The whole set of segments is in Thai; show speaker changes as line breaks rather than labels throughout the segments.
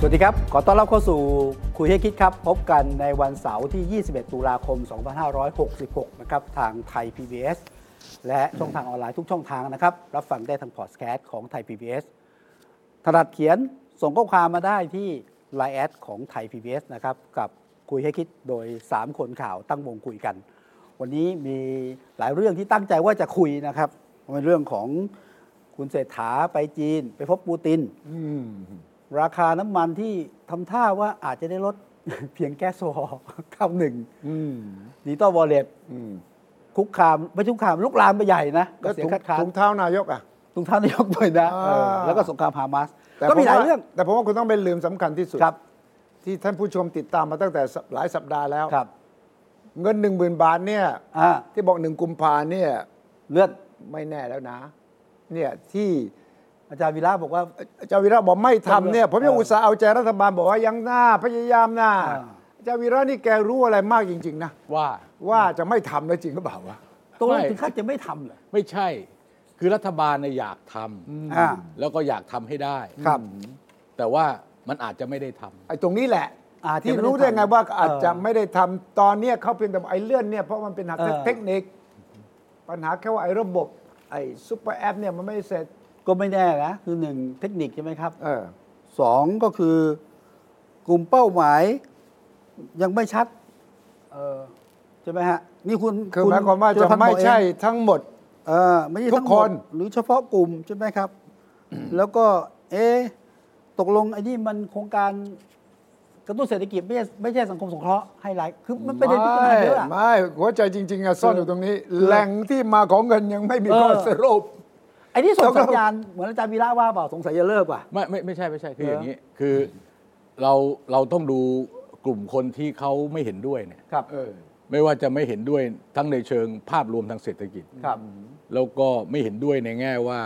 สวัสดีครับ ขอต้อนรับเข้าสู่คุยให้คิดครับ พบกันในวันเสาร์ที่ 21 ตุลาคม 2566 นะครับ ทางไทย PBS และช่องทางออนไลน์ทุกช่องทางนะครับ รับฟังได้ทางพอดแคสต์ของไทย PBS ถนัดเขียนส่งข้อความมาได้ที่ Line แอดของไทย PBS นะครับ กับคุยให้คิดโดย 3 คนข่าวตั้งวงคุยกัน วันนี้มีหลายเรื่องที่ตั้งใจว่าจะคุยนะครับเป็นเรื่องของคุณเศรษฐาไปจีน ไปพบปูติน
อืม
ราคาน้ำมันที่ทำท่าว่าอาจจะได้ลด เพียงแก้โซฮอล์ข้าวหนึ่ง
อืม
ดิจิตอลวอลเล็ต
อืม
คุกคามไม่ใช่คุกคามลุกลามไปใหญ่นะ ก็
ก็
เสีย
ถุ
ง
ง
คัดค้าน
ถุงเท้านายกอ่ะ
ตรงท่านนายกด้วยนะ
อ่า
เออแล้วก็สงครามฮามาส
แต่
ก็มี
ผ
หลาย
ว่
เรื่อง
แต่ผมว่าคุณต้องเป็นลืมสำคัญที่สุด
ครับ
ที่ท่านผู้ชมติดตามมาตั้งแต่สัปหลายสัปดาห์แล้ว
ครับ
เงินหนึ่งหมื่นบาทเนี่ย
อ่า
ที่บอกหนึ่งกุมภาเนี่ย
เลื่อน
ไม่แน่แล้วนะ เนี่ยที่
อาจารย์วีระบอกว่า
อาจารย์วีระบอกไม่ทำเนี่ย
เออ
ผมยังอุตส่าห์เอาใจรัฐบาลบอกว่ายังหน้าพยายามหน้า
อ่า
อาจารย์วีระนี่แกรู้อะไรมากจริง ๆ นะ
ว่า
ว่าจะไม่ทำแล้วจริงหรือเปล่าวะ
ตรงถึงขั้นจะไม่ทำเหรอ
ไม่ใช่คือรัฐบาลเนี่ยอยากทำ
อ่า
แล้วก็อยากทำให้ได้
ครับ
แต่ว่ามันอาจจะไม่ได้ทำ
ไอ้ตรงนี้แหละ
อาจจะ
ที่
ม่
รู้ได้ไง
ทำ
ว่าอาจจะ
เ
ไม่ได้ทำตอนเนี้ยเขาเพียงแต่ไอ้เลื่อนเนี่ยเพราะมันเป็นหัก
เออ
เทคนิค ปัญหาแค่ว่าไอ้ระบบ ไอ้ซูเปอร์แอปเนี่ยมันไม่เสร็จ
ก็ไม่แน่นะ คือหนึ่งเทคนิคใช่ไหมครับ
เออ
สองก็คือ กลุ่มเป้าหมายยังไม่ชัดเออใช่ไหมฮะนี่คุณ
คือ
ณ
หมายความว่า
จุล
จะ
พันธ์
ไม่
บอกเอง
ใช่ทั้งหมด
เออไม่ใช่
ทุก
ทั้งหม
ค
ด
น
หรือเฉพาะกลุ่มใช่ไหมครับ แล้วก็เอ๊ะตกลงไอ้นี่มันโครงการกระตุ้นเศรษฐกิจไม่ใช่ไม่ใช่สังคมสงเคราะห์ให้หลายคือมันเป็นเรื่องที่ปัญหาเยอะอะ
ไม่หัวใจจริงๆอะซ่อนอยู่ตรงนี้
เออ
แหล่งที่มาของเงินยังไม่มี
เออ
ข้อสรุป
ไอ้นี่ส่งสัญ
ตกลง
ญาณเหมือนอาจารย์วีระว่าเปล่าสงสัยจะเลิกว่ะ
ไม่ไม่ไม่ใช่ไม่ใช่คือ
เหรออ
อย่างนี้คือเราเราต้องดูกลุ่มคนที่เขาไม่เห็นด้วยเนี่ย
ครับ
เออ
ไม่ว่าจะไม่เห็นด้วยทั้งในเชิงภาพรวมทางเศรษฐกิจ
ครับ
แล้วก็ไม่เห็นด้วยในแง่ว่า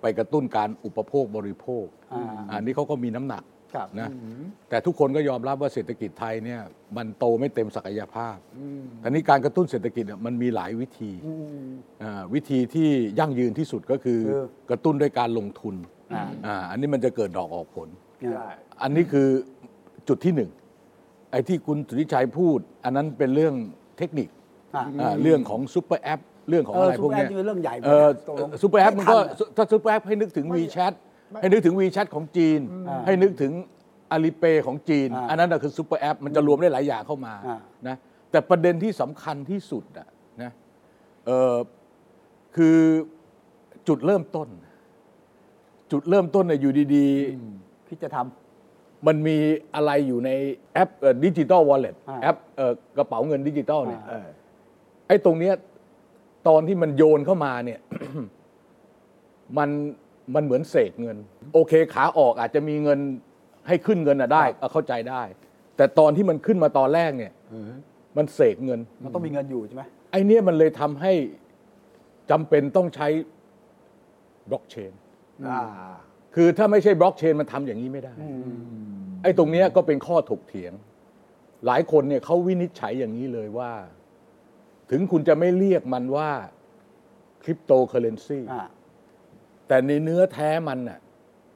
ไปกระตุ้นการอุปโภคบริโภค
อ่า
อันนี้เขาก็มีน้ำหนัก
ครับ
นะแต่ทุกคนก็ยอมรับว่าเศรษฐกิจไทยเนี่ยมันโตไม่เต็มศักยภาพแต่นี้การกระตุ้นเศรษฐกิจเนี่ยมันมีหลายวิธี
อืม
อ่าวิธีที่ยั่งยืนที่สุดก็คือ
คือก
ระตุ้นด้วยการลงทุน
อ่า
อ่าอันนี้มันจะเกิดดอกออกผล
เนี่ย
อันนี้คือจุดที่หนึ่งไอ้ที่คุณสุทธิชัยพูด อันนั้นเป็นเรื่องเทคนิค
อ่ะ
อ่าเรื่องของซูเปอร์แอปเรื่องของ
เอ
อะ
อ
ไร
ซู
พว
เปอ
ก
ร์แอปนี่
เนี้ย
เป็นเรื่องใหญ่หมื
เอน อ
กันตกลง
ซูเปอร์แอปมันก็
ไทัอะ
ถ้าซูเปอร์แอปให้นึกถึง WeChat ให้นึกถึง WeChat ของจีน
อ่า
ให้นึกถึง Alipay ของจีน
อ่า
อันนั้นน่ะคือซูเปอร์แอปมันจะรวมได้หลายอย่างเข้ามา
อ่า
นะแต่ประเด็นที่สำคัญที่สุดอะนะเออคือจุดเริ่มต้น จุดเริ่มต้นเนี่ยอยู่ดี
คิดจะท
ๆ มันมีอะไรอยู่ในแอปดิจิตอลวอลเล็ต
อ่า
แอปเอ่อกระเป๋าเงินดิจิตอลเนี่ย
อ่า
เออ
ไอ้ตรงเนี้ยตอนที่มันโยนเข้ามาเนี่ย มันมันเหมือนเศษเงิน โอเคขาออกอาจจะมีเงินให้ขึ้นเงินอะได้เอาเข้าใจได้ แต่ตอนที่มันขึ้นมาตอนแรกเนี่ย มันเสกเงิน
ำมันต้องมีเงินอยู่ใช่ไหม
ไอ้เนี่ยมันเลยทำให้จำเป็นต้องใช้บล็อกเชน
อ่า
คือถ้าไม่ใช่บล็อกเชนมันทำอย่างนี้ไม่ได้ ไอ้ตรงเนี้ยก็เป็นข้อถกเถียง หลายคนเนี่ยเขาวินิจฉัยอย่างนี้เลยว่า ถึงคุณจะไม่เรียกมันว่าคริปโตเคอเรนซี
อ่า
แต่ในเนื้อแท้มันน่ะ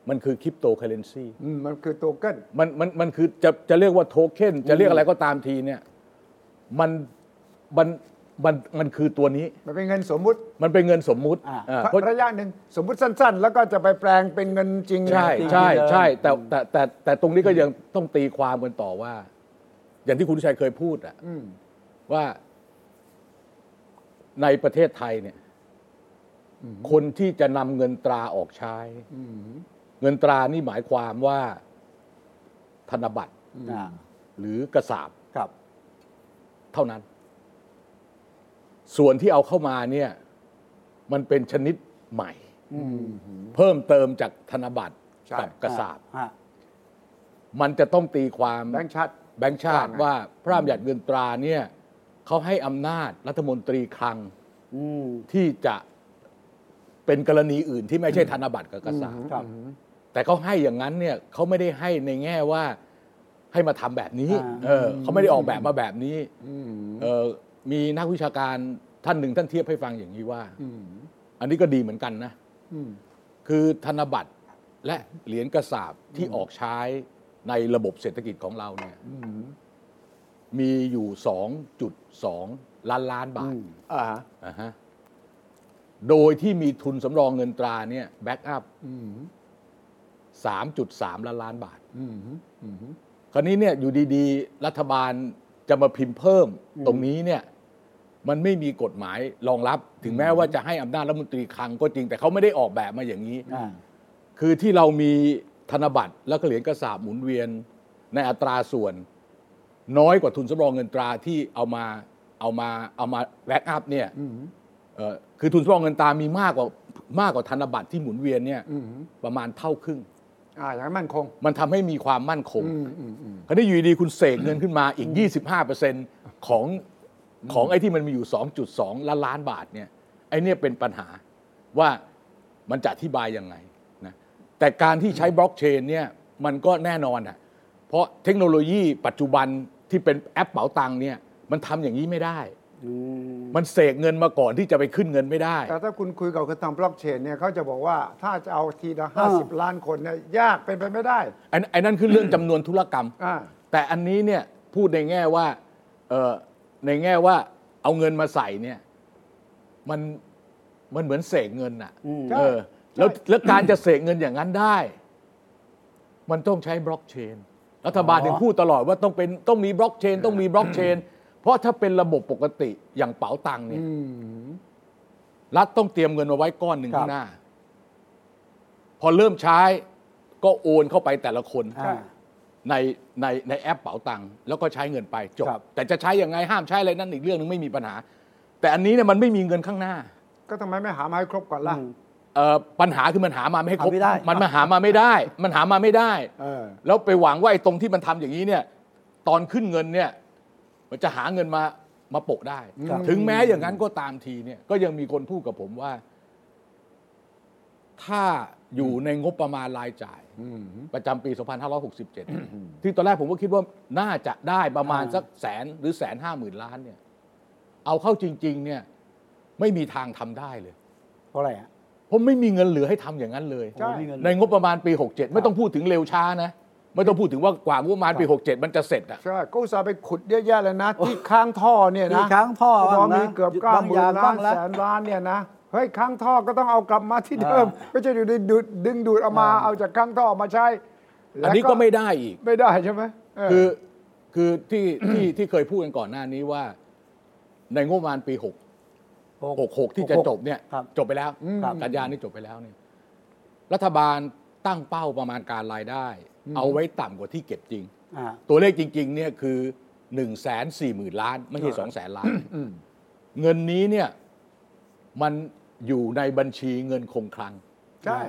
มันคือคริปโตเคอเรนซี
อืมมันคือโตเก้น
มันมันมันคือจะจะเรียกว่าโทเค็นจะเรียกอะไรก็ตามทีเนี่ยมันมันมันมันคือตัวนี้
มันเป็นเงินสมมุติ
มันเป็นเงินสมมุติอ่าเพราะ
ระยะหนึ่งสมมุติสั้น ๆ แล้วก็จะไปแปลงเป็นเงินจริง
ใช่ใช่ใช่แต่แต่แต่แต่ตรงนี้ก็ยังต้องตีความกันต่อว่า อย่างที่คุณชัยเคยพูดอ่ะ
อืม
ว่าในประเทศไทยเนี่ย คนที่จะนำเงินตราออกใช้
อืม
เงินตรานี่หมายความว่าธนบัตร
อ่า
หรือกระสาบ
ครับ
เท่านั้น ส่วนที่เอาเข้ามาเนี่ย มันเป็นชนิดใหม่
อืม
เพิ่มเติมจากธนบัตรกับกระสาบ
อ่ะ
มันจะต้องตีความ
แบงค์ชัด
แบงค์ชาติว่าพระราชบัญญัติเงินตราเนี่ยเขาให้อำนาจรัฐมนตรีคลัง
อืม
ที่จะเป็นกรณีอื่นที่ไม่ใช่ธนบัตรกับกระสา
ครับ
แต่เขาให้อย่างนั้นเนี่ยเขาไม่ได้ให้ในแง่ว่าให้มาทำแบบนี้
อ่า
เออเขาไม่ได้ออกแบบมาแบบนี้เออมีนักวิชาการท่านหนึ่งท่านเทียบให้ฟังอย่างนี้ว่า อันนี้ก็ดีเหมือนกันนะ คือธนบัตรและเหรียญกระสาบที่ออกใช้ในระบบเศรษฐกิจของเราเนี่ยมีอยู่ 2.2 ล้านล้านบาท
อ่าฮะ
อ่าฮะโดยที่มีทุนสำรองเงินตราเนี่ยแบ็กอัพ 3.3 ล้านล้านบาท คราวนี้เนี่ยอยู่ดีๆ รัฐบาลจะมาพิมพ์เพิ่มตรงนี้เนี่ยมันไม่มีกฎหมายรองรับ ถึงแม้ว่าจะให้อำนาจรัฐมนตรีคลังก็จริง แต่เขาไม่ได้ออกแบบมาอย่างนี้
อ่า
คือที่เรามีธนบัตรแล้วก็เหรียญกระสาบหมุนเวียนในอัตราส่วน น้อยกว่าทุนสำรองเงินตราที่เอามาเอามาเอามาแบ็กอัพเนี่ยเอ่อคือทุนสำรองเงินตรามีมากกว่ามากกว่าธนบัตรที่หมุนเวียนเนี่ยประมาณเท่าครึ่ง
อ่าอย่างนั้นมั่นคง
มันทำให้มีความมั่นคงคราวนี้อยู่ดีๆคุณเสกเงินขึ้นมาอีก 25%ของของไอ้ที่มันมีอยู่ 2.2 ล้านล้านบาทเนี่ยไอ้เนี่ยเป็นปัญหาว่ามันจะอธิบายยังไงนะแต่การที่ใช้บล็อกเชนเนี่ยมันก็แน่นอนอ่ะเพราะเทคโนโลยีปัจจุบันที่เป็นแอปเป๋าตังค์เนี่ยมันทำอย่างนี้ไม่ได้
อืม
มันเสกเงินมาก่อนที่จะไปขึ้นเงินไม่ได้
แต่ถ้าคุณคุยกับคนทำบล็อกเชนเนี่ยเขาจะบอกว่าถ้าจะเอาทีละห้าสิบล้านคนเนี่ยยากเป็นไปไม่ได้
ไอ้ไอ้นั่นคือเรื่องจำนวนธุรกรรม
อ่า
แต่อันนี้เนี่ยพูดในแง่ว่าเอ่อในแง่ว่าเอาเงินมาใส่เนี่ยมันมันเหมือนเสกเงินอ่ะ
อืม
เออแล้วแล้วการจะเสกเงินอย่างนั้นได้ มันต้องใช้บล็อกเชนรัฐบาลถึงพูดตลอดว่าต้องเป็นต้องมีบล็อกเชน ต้องมีบล็อกเชน เพราะถ้าเป็นระบบปกติอย่างเป๋าตังค์เนี่ยรัฐต้องเตรียมเงินมาไว้ก้อนหนึ่ง
ครับ
ข้างหน้า พอเริ่มใช้ก็โอนเข้าไปแต่ละคน
อ่า
ในในในแอปเป๋าตังค์แล้วก็ใช้เงินไปจบ
ครับ
แต่จะใช้ยังไงห้ามใช้อะไรนั่นอีกเรื่องนึงไม่มีปัญหา แต่อันนี้เนี่ยมันไม่มีเงินข้างหน้า
ก็ทำไมไม่หามาให้ครบก่อนล่ะ
อืม
เอ่อปัญหาคือมันหามาไม่ให้ครบ
หาไม่ได้
มันมาหามาไม่ได้ มันหามาไม่ได้
เออ
แล้วไปหวังว่าไอ้ตรงที่มันทำอย่างนี้เนี่ยตอนขึ้นเงินเนี่ยมันจะหาเงินมามาโปะได้
ครับ
ถึงแม้อย่างนั้นก็ตามทีเนี่ยก็ยังมีคนพูดกับผมว่า ถ้าอยู่ในงบประมาณรายจ่าย ประจำปี 2567 ที่ตอนแรกผมก็คิดว่าน่าจะได้ประมาณสักแสนหรือแสนห้าหมื่นล้านเนี่ย เอาเข้าจริง ๆ เนี่ยไม่มีทางทำได้เลย
เพราะอะไรฮะ
เพราะไม่มีเงินเหลือให้ทำอย่างนั้นเลย
ใช่
มีเงิน
ในงบประมาณปี 67 ไม่ต้องพูดถึงเร็วช้านะ ไม่ต้องพูดถึงว่ากว่างบประมาณปี 67 มันจะเสร็จอะ
ใช่ก็อุตส่าห์ไปขุดเยอะแยะเลยนะ ที่ค้างท่อเนี่ย
มี
นะ
ค้างท่อ
เขาบ
บ้า
อง ก
นะ
มีเกือบ
หยุด
เก้า
บ้าง
หมื่
ยาน น
ล้า
บ้าน ง
แส
ละ
นล้านเนี่ยนะเฮ้ยค้างท่อก็ต้องเอากลับมาที่เดิม
อ่า
ไม่ใช่อยู่ดีดูดดึงดูดเอามาเอาจากค้างท่อมาใช้
อันนี้ก็ไม่ได้อีก
ไม่ได้ใช่ไหมเ
คือคือที่ที่ที่เคยพูดกันก่อนหน้านี้ว่า ในงบประมาณปี 6 66 ที่จะจบเนี่ย
ครับ
จบไปแล้ว
ครับ
กันยานี่จบไปแล้วเนี่ยรัฐบาลตั้งเป้าประมาณการรายได้ เอาไว้ต่ำกว่าที่เก็บจริง
อ่า
ตัวเลขจริง ๆ เนี่ยคือ1นึ่งแสนสี่หมื่นล้าน ไม่ใช่สองแสนล้าน เงินนี้เนี่ยมันอยู่ในบัญชีเงินคงคลัง
ใช่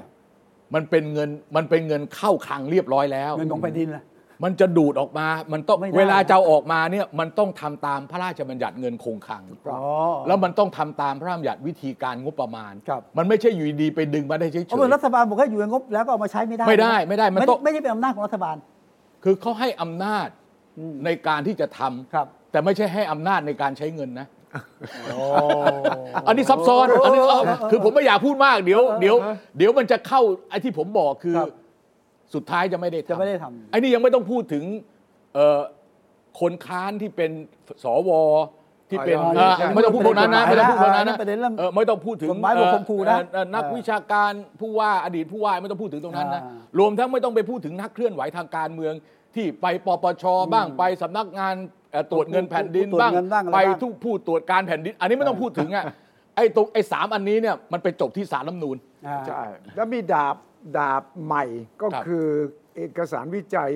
มันเป็นเงินมันเป็นเงินเข้าคลังเรียบร้อยแล้ว
เงินของแผ่นดินล่ะ
มันจะดูดออกมา มันต้อง
ไม่ได้
เวลาจะเอาออกมาเนี่ยมันต้องทำตามพระราชบัญญัติเงินคงคลัง
อ๋อ
แล้วมันต้องทำตามพระราชบัญญัติวิธีการงบประมาณ
ครับ
มันไม่ใช่อยู่ดีๆไปดึงมาได้เฉย
เอาเป็นรั
ๆ
ฐบาลบอกให้อยู่ในงบแล้วก็เอามาใช้ไม่ได้
ไม่ได้ไม่ได้มัน
ไม่
ต้อง
ไม่ใช่เป็นอำนาจของรัฐบาล
คือเขาให้อำนาจ
อืม
ในการที่จะทำ
ครับ
แต่ไม่ใช่ให้อำนาจในการใช้เงินนะ
โอ้
อันนี้ซับซ้อนอันนี้เอาคือผมไม่อยากพูดมากเดี๋ยวเดี๋ยวเดี๋ยวมันจะเข้าไอ้ที่ผมบอกคือ
ครับ
สุดท้ายจะไม่ได้ทำ
จะไม่ได้ทำ
ไอ้นี่ยังไม่ต้องพูดถึงเอ่อคนค้านที่เป็นสวที่เป็น
อ๋อ
เอ่อ
ใช่
ไม่ต้องพูดพวกนั้นนะไม่ต้องพูดพวกนั้นนะ
ประเด็นเรื่อง
เอ่อไม่ต้องพูดถึง
กฎหมายบทข่มขู่นะ
เอ่อเอ่อนักวิชาการผู้ว่าอดีตผู้ว่าไม่ต้องพูดถึงตรงนั้นนะ
อ่าร
วมทั้งไม่ต้องไปพูดถึงนักเคลื่อนไหวทางการเมือง ที่ไปปปชบ้างไปสำนักงานเอ่อตรวจเงินแผ่นดิน
ตรวจ
บ้าง
เงินบ้างอะไร
ไป
บ้าง
ทุก ผู้ตรวจการแผ่นดิน อันนี้ไม่ต้องพูดถึงอ่ะ ไอ้ตรงไอ้สามอันนี้เนี่ยมันไปจบที่สารรัฐธรรมนูน
อ่า
ใช่ แล้วมีดาบดาบใหม่ก็
ครับ
คือเอกสารวิจัย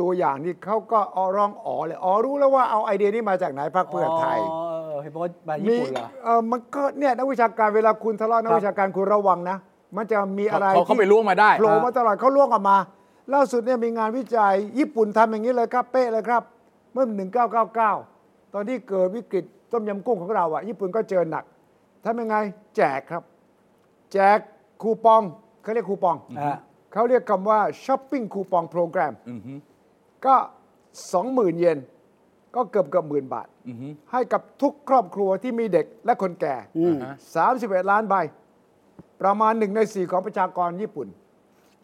ตัวอย่างนี่เขาก็ออร้องอ๋อเลยอ๋อรู้แล้วว่าเอาไอเดียนี้มาจากไหนพรรคเพื่อไทย
อ๋อเออเห็นบอกว่ามาญี่
มี
ปุ่นเหรอ
เออมันก็เนี่ยนักวิชาการเวลาคุณทะเลาะนักวิชาการคุณระวังนะ มันจะมีอะไร
เขาเขาไปล่วงมาได้
โผล่มาตลอดเขาล่วงออกมา ล่าสุดเนี่ยมีงานวิจัยญี่ปุ่นทำอย่างนี้เลยครับเป๊ะเลยครับ เมื่อ 1999 ตอนที่เกิดวิกฤตต้มยำกุ้งของเราอะญี่ปุ่นก็เจอหนักทำยังไงแจกครับ แจกคูปองเขาเรียกคูปอง
อ่า
เขาเรียกคำว่าช้อปปิ้งคูปองโปรแกรม
อือฮึ
ก็ 20,000 เยน ก็เกือบเกือบหมื่นบาท
อือฮึ
ให้กับทุกครอบครัวที่มีเด็กและคนแก่
อืม
อ่าฮะ
31 ล้านใบ ประมาณหนึ่งในสี่ของประชากรญี่ปุ่น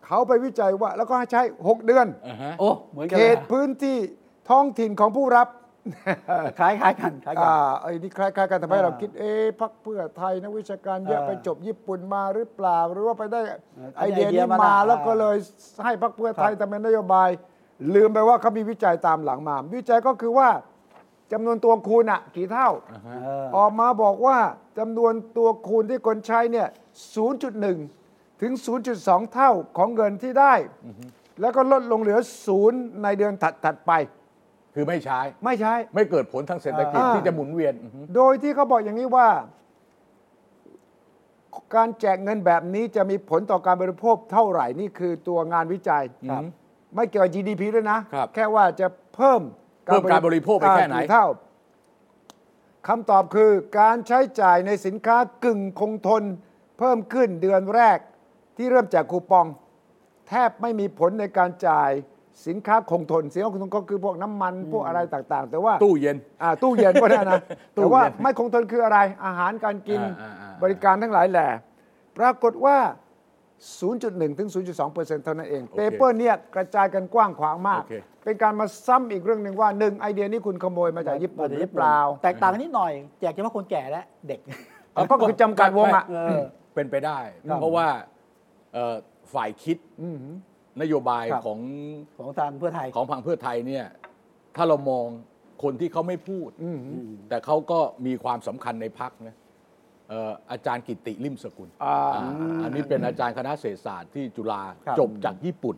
เขาไปวิจัยว่าแล้วก็ให้ใช้ 6 เดือน
อ่าฮะ
โอ้ เหมือนกั
เข
นเลย
ตพื้นที่ท้องถิ่นของผู้รับ
คล้ายคล้ายกันคล้ายกัน
อ่าไอ้นี่คล้ายๆกันทำให้
อ่า
เราคิด เอ๊ะพักเพื่อไทยนักวิชาการเยอะ
อ่า
ไปจบญี่ปุ่นมาหรือเปล่า หรือว่าไปได้
เออ
ไอเดีย
ไอเดีย
นี้
มา
มา
นะ
แล้วก็
อ่า
เลยให้พักเพื่อไทยทำเป็นนโยบาย ลืมไปว่าเขามีวิจัยตามหลังมา วิจัยก็คือว่าจำนวนตัวคูณอะกี่เท่า
เออ
ออกมาบอกว่าจำนวนตัวคูณที่คนใช้เนี่ย 0.1 ถึง 0.2 เท่าของเงินที่ได้ แล้วก็ลดลงเหลือศูนย์ในเดือนถัดๆไป
คือไม่ใช้
ไม่ใช้
ไม่เกิดผลทางเศรษฐกิจ
อ่า
ที่จะหมุนเวียนอือฮึ
โดยที่เขาบอกอย่างนี้ว่า การแจกเงินแบบนี้จะมีผลต่อการบริโภคเท่าไหร่ นี่คือตัวงานวิจัย
อือฮึ
ไม่เกี่ยวกับ GDP ด้วยนะ
ครับ
แค่ว่าจะเพิ่ม
เพิ่มการบริโภคไป
อ่า
แค่ไหน
กี่เท่าคำตอบคือการใช้จ่ายในสินค้ากึ่งคงทน เพิ่มขึ้นเดือนแรก ที่เริ่มจากคูปอง แทบไม่มีผลในการจ่ายสินค้าคงทนสินค้าคงทนก็คือพวกน้ำมันพวกอะไรต่าง ๆ แต่ว่า
ตู้เย็น
อ่าตู้เย็นก็ได้นะ
ตู้
แต่
เย็น
ว่าไม่คงทนคืออะไร อาหารการกิน
อ่าอ่าอ่า
บริการทั้งหลายแหล่ปรากฏว่า 0.1 ถึง 0.2เปอร์เซ็นต์เท่านั้นเองเปเปอร์เนี่ยกระจายกันกว้างขวางมาก
โอเค
เป็นการมาซ้ำอีกเรื่องหนึ่งว่าหนึ่งไอเดียนี้คุณขโมยมาจากญี่ปุ่นหรือเปล่า
แตกต่างกันนิดหน่อย แจกเฉพาะคนแก่และเด็ก
เอาก็คือจำกัดวงอ่ะ
เออ
เป็นไปได้
ครับ
เพราะว่าเอ่อฝ่ายคิดนโยบาย
ครับ
ของ
ของทางเพื่อไทย
ของพังเพื่อไทยเนี่ย ถ้าเรามองคนที่เขาไม่พูด
อืม
แต่เขาก็มีความสำคัญในพักนะเอ่ออาจารย์กิติลิมสกุล
อ่า
อ่าอันนี้เป็นอาจารย์คณะเศรษฐศาสตร์ที่จุฬา
ครับ
จบจากญี่ปุ่น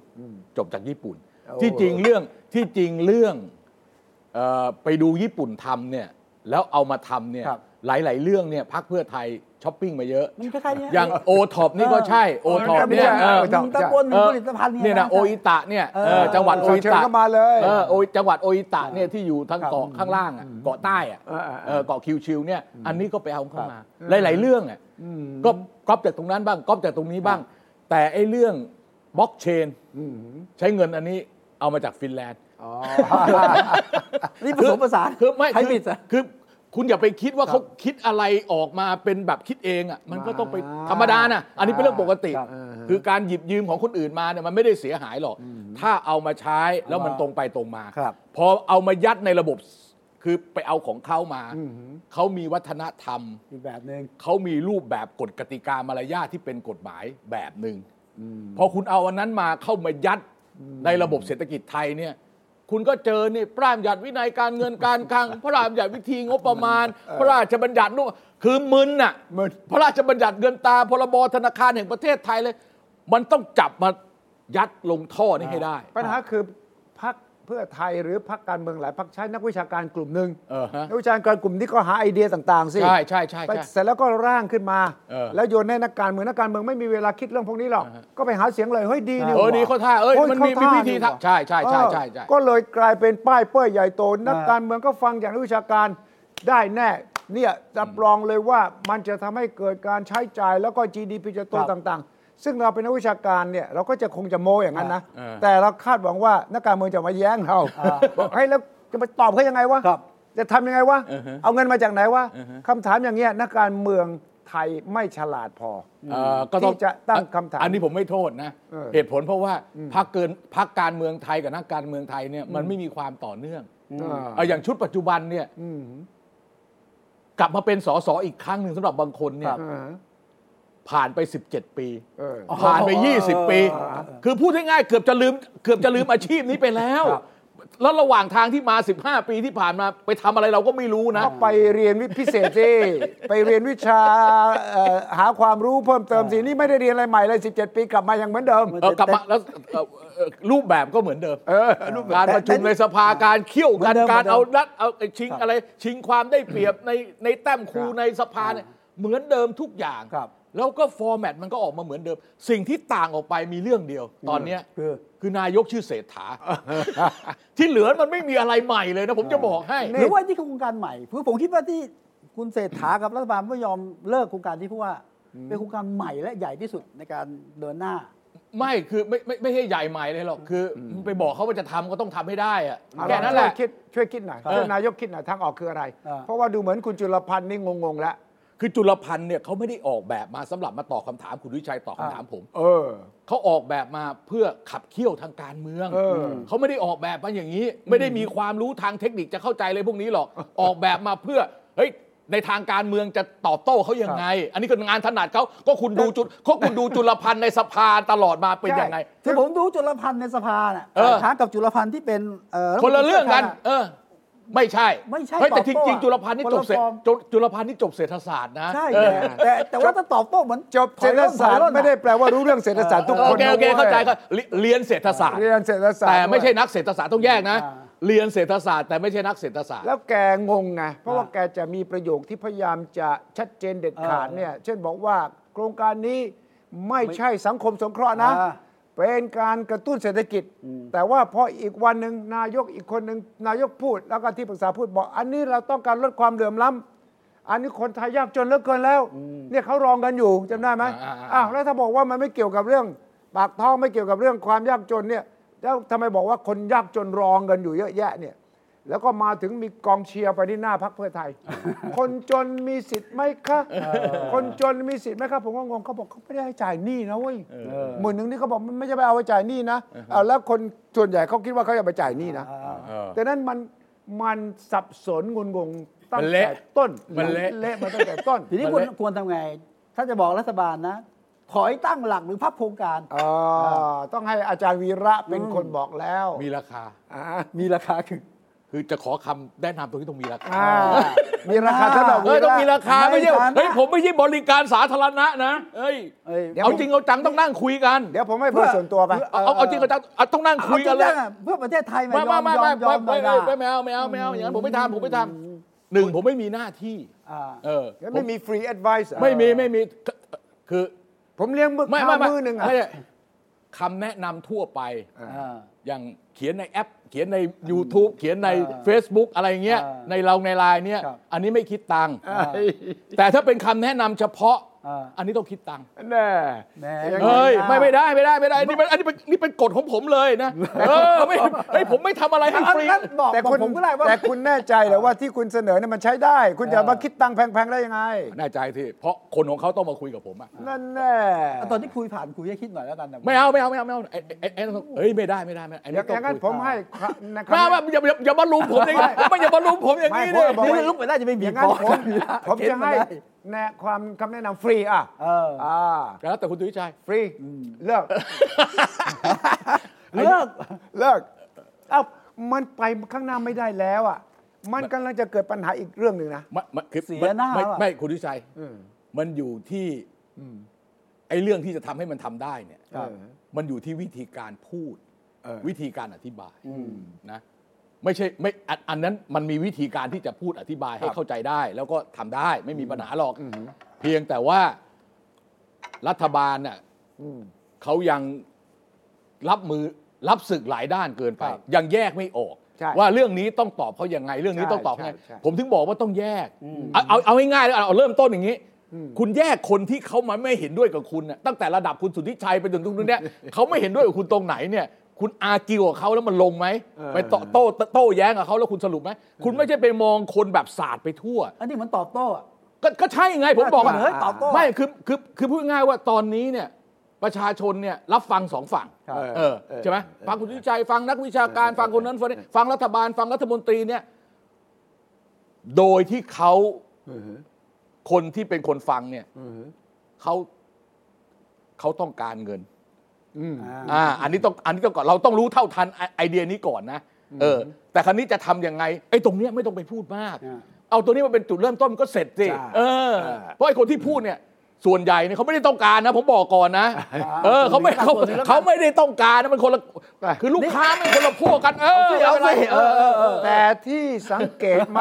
จบจากญี่ปุ่น
โอ้
ที่จริงเรื่องที่จริงเรื่องเออไปดูญี่ปุ่นทำเนี่ย แล้วเอามาทำเนี่ย
ครับ
หลาย ๆ เรื่องเนี่ยพักเพื่อไทยช้อปปิ้งมาเยอะ
มันคล้ายๆเนี่ย
อย่างโอท็อปนี่ก็ใช่โอท็อป
ไม่
เนี่
ใช่
ยเออ
มันตะโกน
เอ
ถึง
อ
ผลิตภัณฑ์
เนี่ยนะโออิตะเนี่ยเออจังหวัดโอ
เชิญ
อิตะ
เข้ามาเลย
ออโอจังหวัดโออิตะเนี่ยที่อยู่ทางเกาะข้างล่างอะเกาะใต้อะ
เออเออเออ
เออเกาะคิวชิวเนี่ยอันนี้ก็ไปเอาเข้ามา หลาย ๆ เรื่องอ่ะก็ก๊อปจากตรงนั้นบ้างก๊อปจากตรงนี้บ้าง แต่ไอ้เรื่องบล็อกเชนใช้เงินอันนี้เอามาจากฟินแลนด์
นี่ผสมผสาน
คือไม่
ไฮบ
คื
ริ
อ
ดอะ
คือคุณอย่าไปคิดว่าเขาคิดอะไรออกมาเป็นแบบคิดเองอ่ะมันก็ต้องไป
อ่า
ธรรมดานะอันนี้เป็นเรื่องปกติ
ครับ
คือการหยิบยืมของคนอื่นมาเนี่ยมันไม่ได้เสียหายหรอก ถ้าเอามาใช้แล้วมันตรงไปตรงมา
ครับ
พอเอามายัดในระบบคือไปเอาของเขามา เขามีวัฒนธรรม
อีกแบบหนึ่ง
เขามีรูปแบบกฎกติกามารยาทที่เป็นกฎหมายแบบหนึ่งพอคุณเอาอันนั้นมาเข้ามายัดในระบบเศรษฐกิจไทยเนี่ย คุณก็เจอเนี่ยพระราชบัญญัติวินัยการเงินการคลัง พระราชบัญญัติวิธีงบประมาณ พระราชบัญญัตินู่นคือมึนน่ะ
มึน
พระราชบัญญัติเงินตราพรบธนาคารแห่งประเทศไทยเลย มันต้องจับมายัดลงท่อนี้ให้ได้
ปัญหาคือพักเพื่อไทยหรือพักการเมืองหลายพักใช้นักวิชาการกลุ่มหนึ่ง
เออฮะ
นักวิชาการกลุ่มที่ก็หาไอเดียต่างๆสิ
ใช่ใช่ใช่
ไป
ใช่
เสร็จแล้วก็ร่างขึ้นมา
เออ
แล้วโยนให้นักการเมืองนักการเมืองไม่มีเวลาคิดเรื่องพวกนี้หรอก ก็ไปหาเสียงเลย เฮ้ยดีนี่
เออดีเข้าท่าเอ้ย
ฮ้
มันมี
เข้าา
วิธีทำใช่ใช่ใช่ใช่ใช่
เออก็เลยกลายเป็นป้ายเป้ยใหญ่โตนักการเมืองก็ฟังอย่างนักวิชาการได้แน่เนี่ยรับรองเลยว่ามันจะทำให้เกิดการใช้จ่ายแล้วก็ GDP จะโต
ครับ
ต่างๆ ซึ่งเราเป็นนักวิชาการเนี่ยเราก็จะคงจะโมอย่างนั้นนะ
เออ
แต่เราคาดหวังว่านักการเมืองจะมาแย้งเราบอกให้ยแล้วจะไปตอบเขายังไงวะ
ครับ
จะทำยังไงวะ เอาเงินมาจากไหนวะคำถามอย่างเงี้ยนักการเมืองไทยไม่ฉลาดพอ
เอ่อก็ต้อง
ที่จะตั้งคำถาม
อันนี้ผมไม่โทษนะ
เออ
เหตุผลเพราะว่าพักเกินพักการเมืองไทยกับนักการเมืองไทยเนี่ยมันไม่มีความต่อเนื่อง
เออ
เอาอย่างชุดปัจจุบันเนี่ยกลับมาเป็นสสอีกครั้งหนึ่งสำหรับบางคนเนี่ย
เออ
ผ่านไป 17 ปี
เออ
ผ่านไป
เออ
20 ปี คือพูดง่ายๆเกือบจะลืมเกือบจะลืมอาชีพนี้ไปแล้ว
ครับ
แล้วระหว่างทางที่มา 15 ปีที่ผ่านมาไปทำอะไรเราก็ไม่รู้นะ
ก็ไปเรียนวิพิเศษสิไปเรียนวิชาเอ่อหาความรู้เพิ่มเติมสิ นี่ไม่ได้เรียนอะไรใหม่เลย 17 ปีกลับมายังเหมือนเดิม
เออกลับมาแล้วเอ่อเอ่อรูปแบบก็เหมือนเดิมการประชุม
แต่
ในสภาการเคี่ยว
เหมื
กั
อน นเดิม
การ
เหมือนเดิม
เอารัดเอาไอ้ชิง
ครับ
อะไร ชิงความได้เปรียบในในแต้มครู
ครับ
ในสภาเนี่ยเหมือนเดิมทุกอย่าง
ครับ
แล้วก็ฟอร์แมตมันก็ออกมาเหมือนเดิม สิ่งที่ต่างออกไปมีเรื่องเดียว ตอนเนี้ย
คือ
คือนายกชื่อเศรษฐา ที่เหลือมันไม่มีอะไรใหม่เลยนะ ผมจะบอกให้
หรือว่านี่คือโครงการใหม่เพื่อผมคิดว่าที่คุณเศรษฐากับรัฐบาลไม่ยอมเลิกโครงการที่ผู้ว่า เป็นโครงการใหม่และใหญ่ที่สุดในการเดินหน้า
ไม่คือไม่ไม่ไม่ใช่ใหญ่ใหม่เลยหรอกคืออไปบอกเขาว่าจะทำก็ต้องทำให้ได้อะ
เอา
แค่นั้นแห
ช่
ละ
วยคิดช่วยคิดหน่อย
ครับ
ช่วยนายกคิดหน่อยทางออกคืออะไร
อ่า
เพราะว่าดูเหมือนคุณจุลพันธ์นี่งงๆแล้ว
คือจุลพันธ์เนี่ยเขาไม่ได้ออกแบบมาสำหรับมาตอบคำถามคุณวิชัยตอบคำถามผม
เออ
เขาออกแบบมาเพื่อขับเคี่ยวทางการเมือง
เออ
เขาไม่ได้ออกแบบมาอย่างนี้ ไม่ได้มีความรู้ทางเทคนิคจะเข้าใจเลยพวกนี้หรอก ออกแบบมาเพื่อเฮ้ยในทางการเมืองจะตอบโต้เขายังไง อันนี้คืองานถนัดเขาก็คุณดูจุดก็คุณดูจุลพันธ์ในสภาตลอดมาเป็นยังไง
คือผมดูจุลพันธ์ในสภาน่ะ
เออ
ฝ่ายค้านกับจุลพันธ์ที่เป็นเอ่อ
คนละเรื่องกัน
ฐมตรี
เออ ไม่ใช่
ไม่ใช่
เฮ้ยแต่
ตอบ
จ
โต้
ริง
อะ
ๆจุลพันธ์นี่
คน
จ
ละ
บเศรษ
ฟอร์ม
จจุลพันธ์นี่จบเศรษฐศาสตร์นะ
ใช่
เออ
แต่แต่แต่ว่าถ้าตอบโต้เหมือน
จบเศรษฐศาสตร์ไม่ได้แปลว่ารู้เรื่องเศรษฐศาสตร์ทุกค
โอน เค
นะ
โอเค
ว้ย
เข้าใจก็เรียนเศรษฐศาสตร์
เรียนเศรษฐศาสตร์
แต่ไม่ใช่
ด้วย
นักเศรษฐศาสตร์ต้องแยกนะ เรียนเศรษฐศาสตร์แต่ไม่ใช่นักเศรษฐศาสตร์
แล้วแกงงไงเพราะว่าแกจะมีประโยคที่พยายามจะชัดเจนเด็ดขาดเนี่ย เช่นบอกว่าโครงการนี้ไม่ใช่สังคมสงเคราะห์นะ
อ่า
เป็นการกระตุ้นเศรษฐกิจ แต่ว่าพออีกวันหนึ่งนายกอีกคนหนึ่งนายกพูด แล้วก็ที่ปรึกษาพูดบอก อันนี้เราต้องการลดความเหลื่อมล้ำอันนี้คนไทยยากจนเหลือเกินแล้ว เนี่ยเขารองกันอยู่จำได้ไหม
อ่าอ่าอ่า
อ้าวแล้วถ้าบอกว่ามันไม่เกี่ยวกับเรื่อง ปากท้องไม่เกี่ยวกับเรื่องความยากจนเนี่ยแล้วทำไมบอกว่าคนยากจนรองกันอยู่เยอะแยะเนี่ย แล้วก็มาถึงมีกองเชียร์ไปที่หน้าพักเพื่อไท ย คนจนมีสิทธิ์ไหมคะคนจนมีสิทธิ์ไหมคะผมก็งงเขาบอกเขาไม่ได้ให้จ่ายหนี้นะเว้ย หมื่นหนึ่งนี่เขาบอกมันไม่ใช่ไปเอาไปจ่ายหนี้นะเอาแล้วคนส่วนใหญ่เขาคิดว่าเขาจะไปจ่ายหนี้นะแต่นั้นมันมันสับสนงุนงงตั้ง
มัน
แต่
เละ
ต้น
มันเละ
เละมาตั้งแต่ต้น
ทีนี้
มั
ควร
นเละ
ควรทำไง ถ้าจะบอกรัฐบาลนะ ขอให้ตั้งหลักหรือพับโครงการ
อ่าต้องให้อาจารย์วีระเป็นคนบอกแล้ว
มีราคา
อ่า
มีราคาคือ
คือจะขอคำแนะนำตรงนี้ต้องมีราคา
อ่ามีราคาเท่าไหร่
เออต้องมีราคา
ไม่
ไม่ใช่
ฐานะ
เฮ้ยผมไม่ใช่บริการสาธารณะนะเอ้ย
เอ้ย
เอาจริงเอาจังต้องนั่งคุยกัน
เดี๋ยวผมให้เพื่อส่วนตัวไป
เอาเอาเอาจริงเอาจังเอาต้องนั่งคุยกันเลย
อาจริงๆอะเพื่อประเทศไทยไหม
ไม่ไม่ไม่
ยอ
ไม่
ยอมยอม
ไม่ไม่ไม่เอาไม่เอาไม่เอาอย่างนั้นผมไม่ทำผมไม่ทำหนึ่งผมไม่มีหน้าที่
อ่า
เออ
แล้ว
ผ
ไม่
ม
มี free advice เหรอ
ไม่มีไม่มีคือ
ผมเลี้ยงมือ
ไม่
ข้าว
ไม่ไม่
มือหนึ่งอ่ะ
ไม่ใช่คำแนะนำทั่วไป
อ่า
อย่างเขียนในแอป เขียนใน YouTube เขียนใน
อ่า
Facebook อะไรเงี้ย
อ่า
ในเราในไลน์เนี่ย
ครับ
อันนี้ไม่คิดตังค์
อ่า
แต่ถ้าเป็นคำแนะนำเฉพาะ
อ่า
อันนี้ต้องคิดตังค์
แน่
แหม
เอ้ยไม่ไม่ได้ไม่ได้ไม่ได้นี่มันอันนี้เป็นนี่เป็นกฎของผมเลยนะเออไม่เฮ้ยผมไม่ทำอะไรให้ฟรี
เอางั้นบอก
แต่
บอก
คุณ
ผมก็ได้ว่า
แต่คุณแน่ใจเหรอว่าที่คุณเสนอเนี่ยมันใช้ได้ คุณจะมาคิดตังค์แพงๆ ได้ยังไง
แน่ใจที่เพราะคนของเขาต้องมาคุยกับผมอะ
นั่นแน่
อ่ะตอนที่คุยผ่านคุยให้คิดหน่อยแล้วกันนะ
ไม่เอาไม่เอาไม่เอาไม่เอาไอ้ไอ้ไอ้นั่นต้องเอ้ยไม่ได้ไม่ได้ไม่ได้ไอ้
อย่าง
นี่ต้อง
นั้นผ
คุย
มให้ครับนะค
ไมา
รับ
แบบอย่าอย่าอย่ามาลุมผมอย่างนี้ไม่อย่ามาลุมผมอย่างนี้
ไม่ผม
ดิ
บอก
นี่ลุกไปได้จะไม่
อ
บีบ
ย่างนั้น
คอ
ผมผม
คิด
จะ
มา
ให้
ได้
แนะความคำแนะนำฟรีอ่ะ
เออ
อ่า
แล้วแต่คุณตุ้ยชัย
ฟรีเลิ ก
เลิก
เลิกเอ้ามันไปข้างหน้าไม่ได้แล้วอ่ะมันกำลังจะเกิดปัญหาอีกเรื่องหนึ่งนะ
ไมไม่คือ
เสียหน้า
ไม่
ว่ะ
ไม่ไม่คุณวิชัยมันอยู่ที่ไอ้เรื่องที่จะทำให้มันทำได้เนี่ย
ครับ
มันอยู่ที่วิธีการพูดวิธีการอธิบายนะไม่ใช่ไม่อันอันนั้นมันมีวิธีการที่จะพูดอธิบายให้เข้าใจได้ แล้วก็ทำได้ไม่มีปัญหาหรอกเพียงแต่ว่ารัฐบาลน่ะเขายังรับมือรับศึกหลายด้านเกินไป
ครับ
ยังแยกไม่ออก
ใช่
ว่าเรื่องนี้ต้องตอบเขายังไง เรื่องนี้
ใช่
ต้องตอบยังไง
ใช่ใช่
ผมถึงบอกว่าต้องแยก เอาเอาเอาง่ายๆแล้วเอาเริ่มต้นอย่างนี้ คุณแยกคนที่เขามาไม่เห็นด้วยกับคุณน่ะตั้งแต่ระดับคุณสุทธิชัยไปจนถึงตร งเนี้ย เขาไม่เห็นด้วยกับคุณตรงไหนเนี่ย คุณอาร์กิวกับเขาแล้วมันลงไหม
เออ
ไปโต้โต้โต้แย้งกับเขาแล้วคุณสรุปไหมคุณไม่ใช่ไปมองคนแบบศาสตร์ไปทั่ว
อันนี้เหมันตอบโต้อะ
ก็ก็ใช่ไงผมบอกว่า
เฮ้ยตอบโต้
ไม่คือคือคือพูดง่ายว่าตอนนี้เนี่ยประชาชนเนี่ยรับฟังสองฝั่ง
ครับ
เออใช่ไหมฟังคุณวิชัยฟังนักวิชาการฟังคนนั้นฟังนี้ฟังรัฐบาลฟังรัฐมนตรีเนี่ยโดยที่เขาคนที่เป็นคนฟังเนี่ยเขาเขาต้องการเงิน
อ่า
อ่าอันนี้ต้องอันนี้ต้องก่อนเราต้องรู้เท่าทันไอไอเดียนี้ก่อนนะเออ แต่ครั้นี้จะทำยังไงไอ้ตรงเนี้ยไม่ต้องไปพูดมาก
อ่า
เอาตัวนี้มาเป็นจุดเริ่มต้นมันก็เสร็จสิ
ใช่
เออ เพราะไอ้คนที่พูดเนี่ย ส่วนใหญ่เนี่ยเขาไม่ได้ต้องการนะ ผมบอกก่อนนะ เออเขาไม่เขาเขาไม่ได้ต้องการนะมันคนละ
ไป
คือลูกค้ามันคนละพวกกันเออ
เอา
ไม่
สิ
ป็นไร
เออเออเออ
แต่ที่สังเกตไหม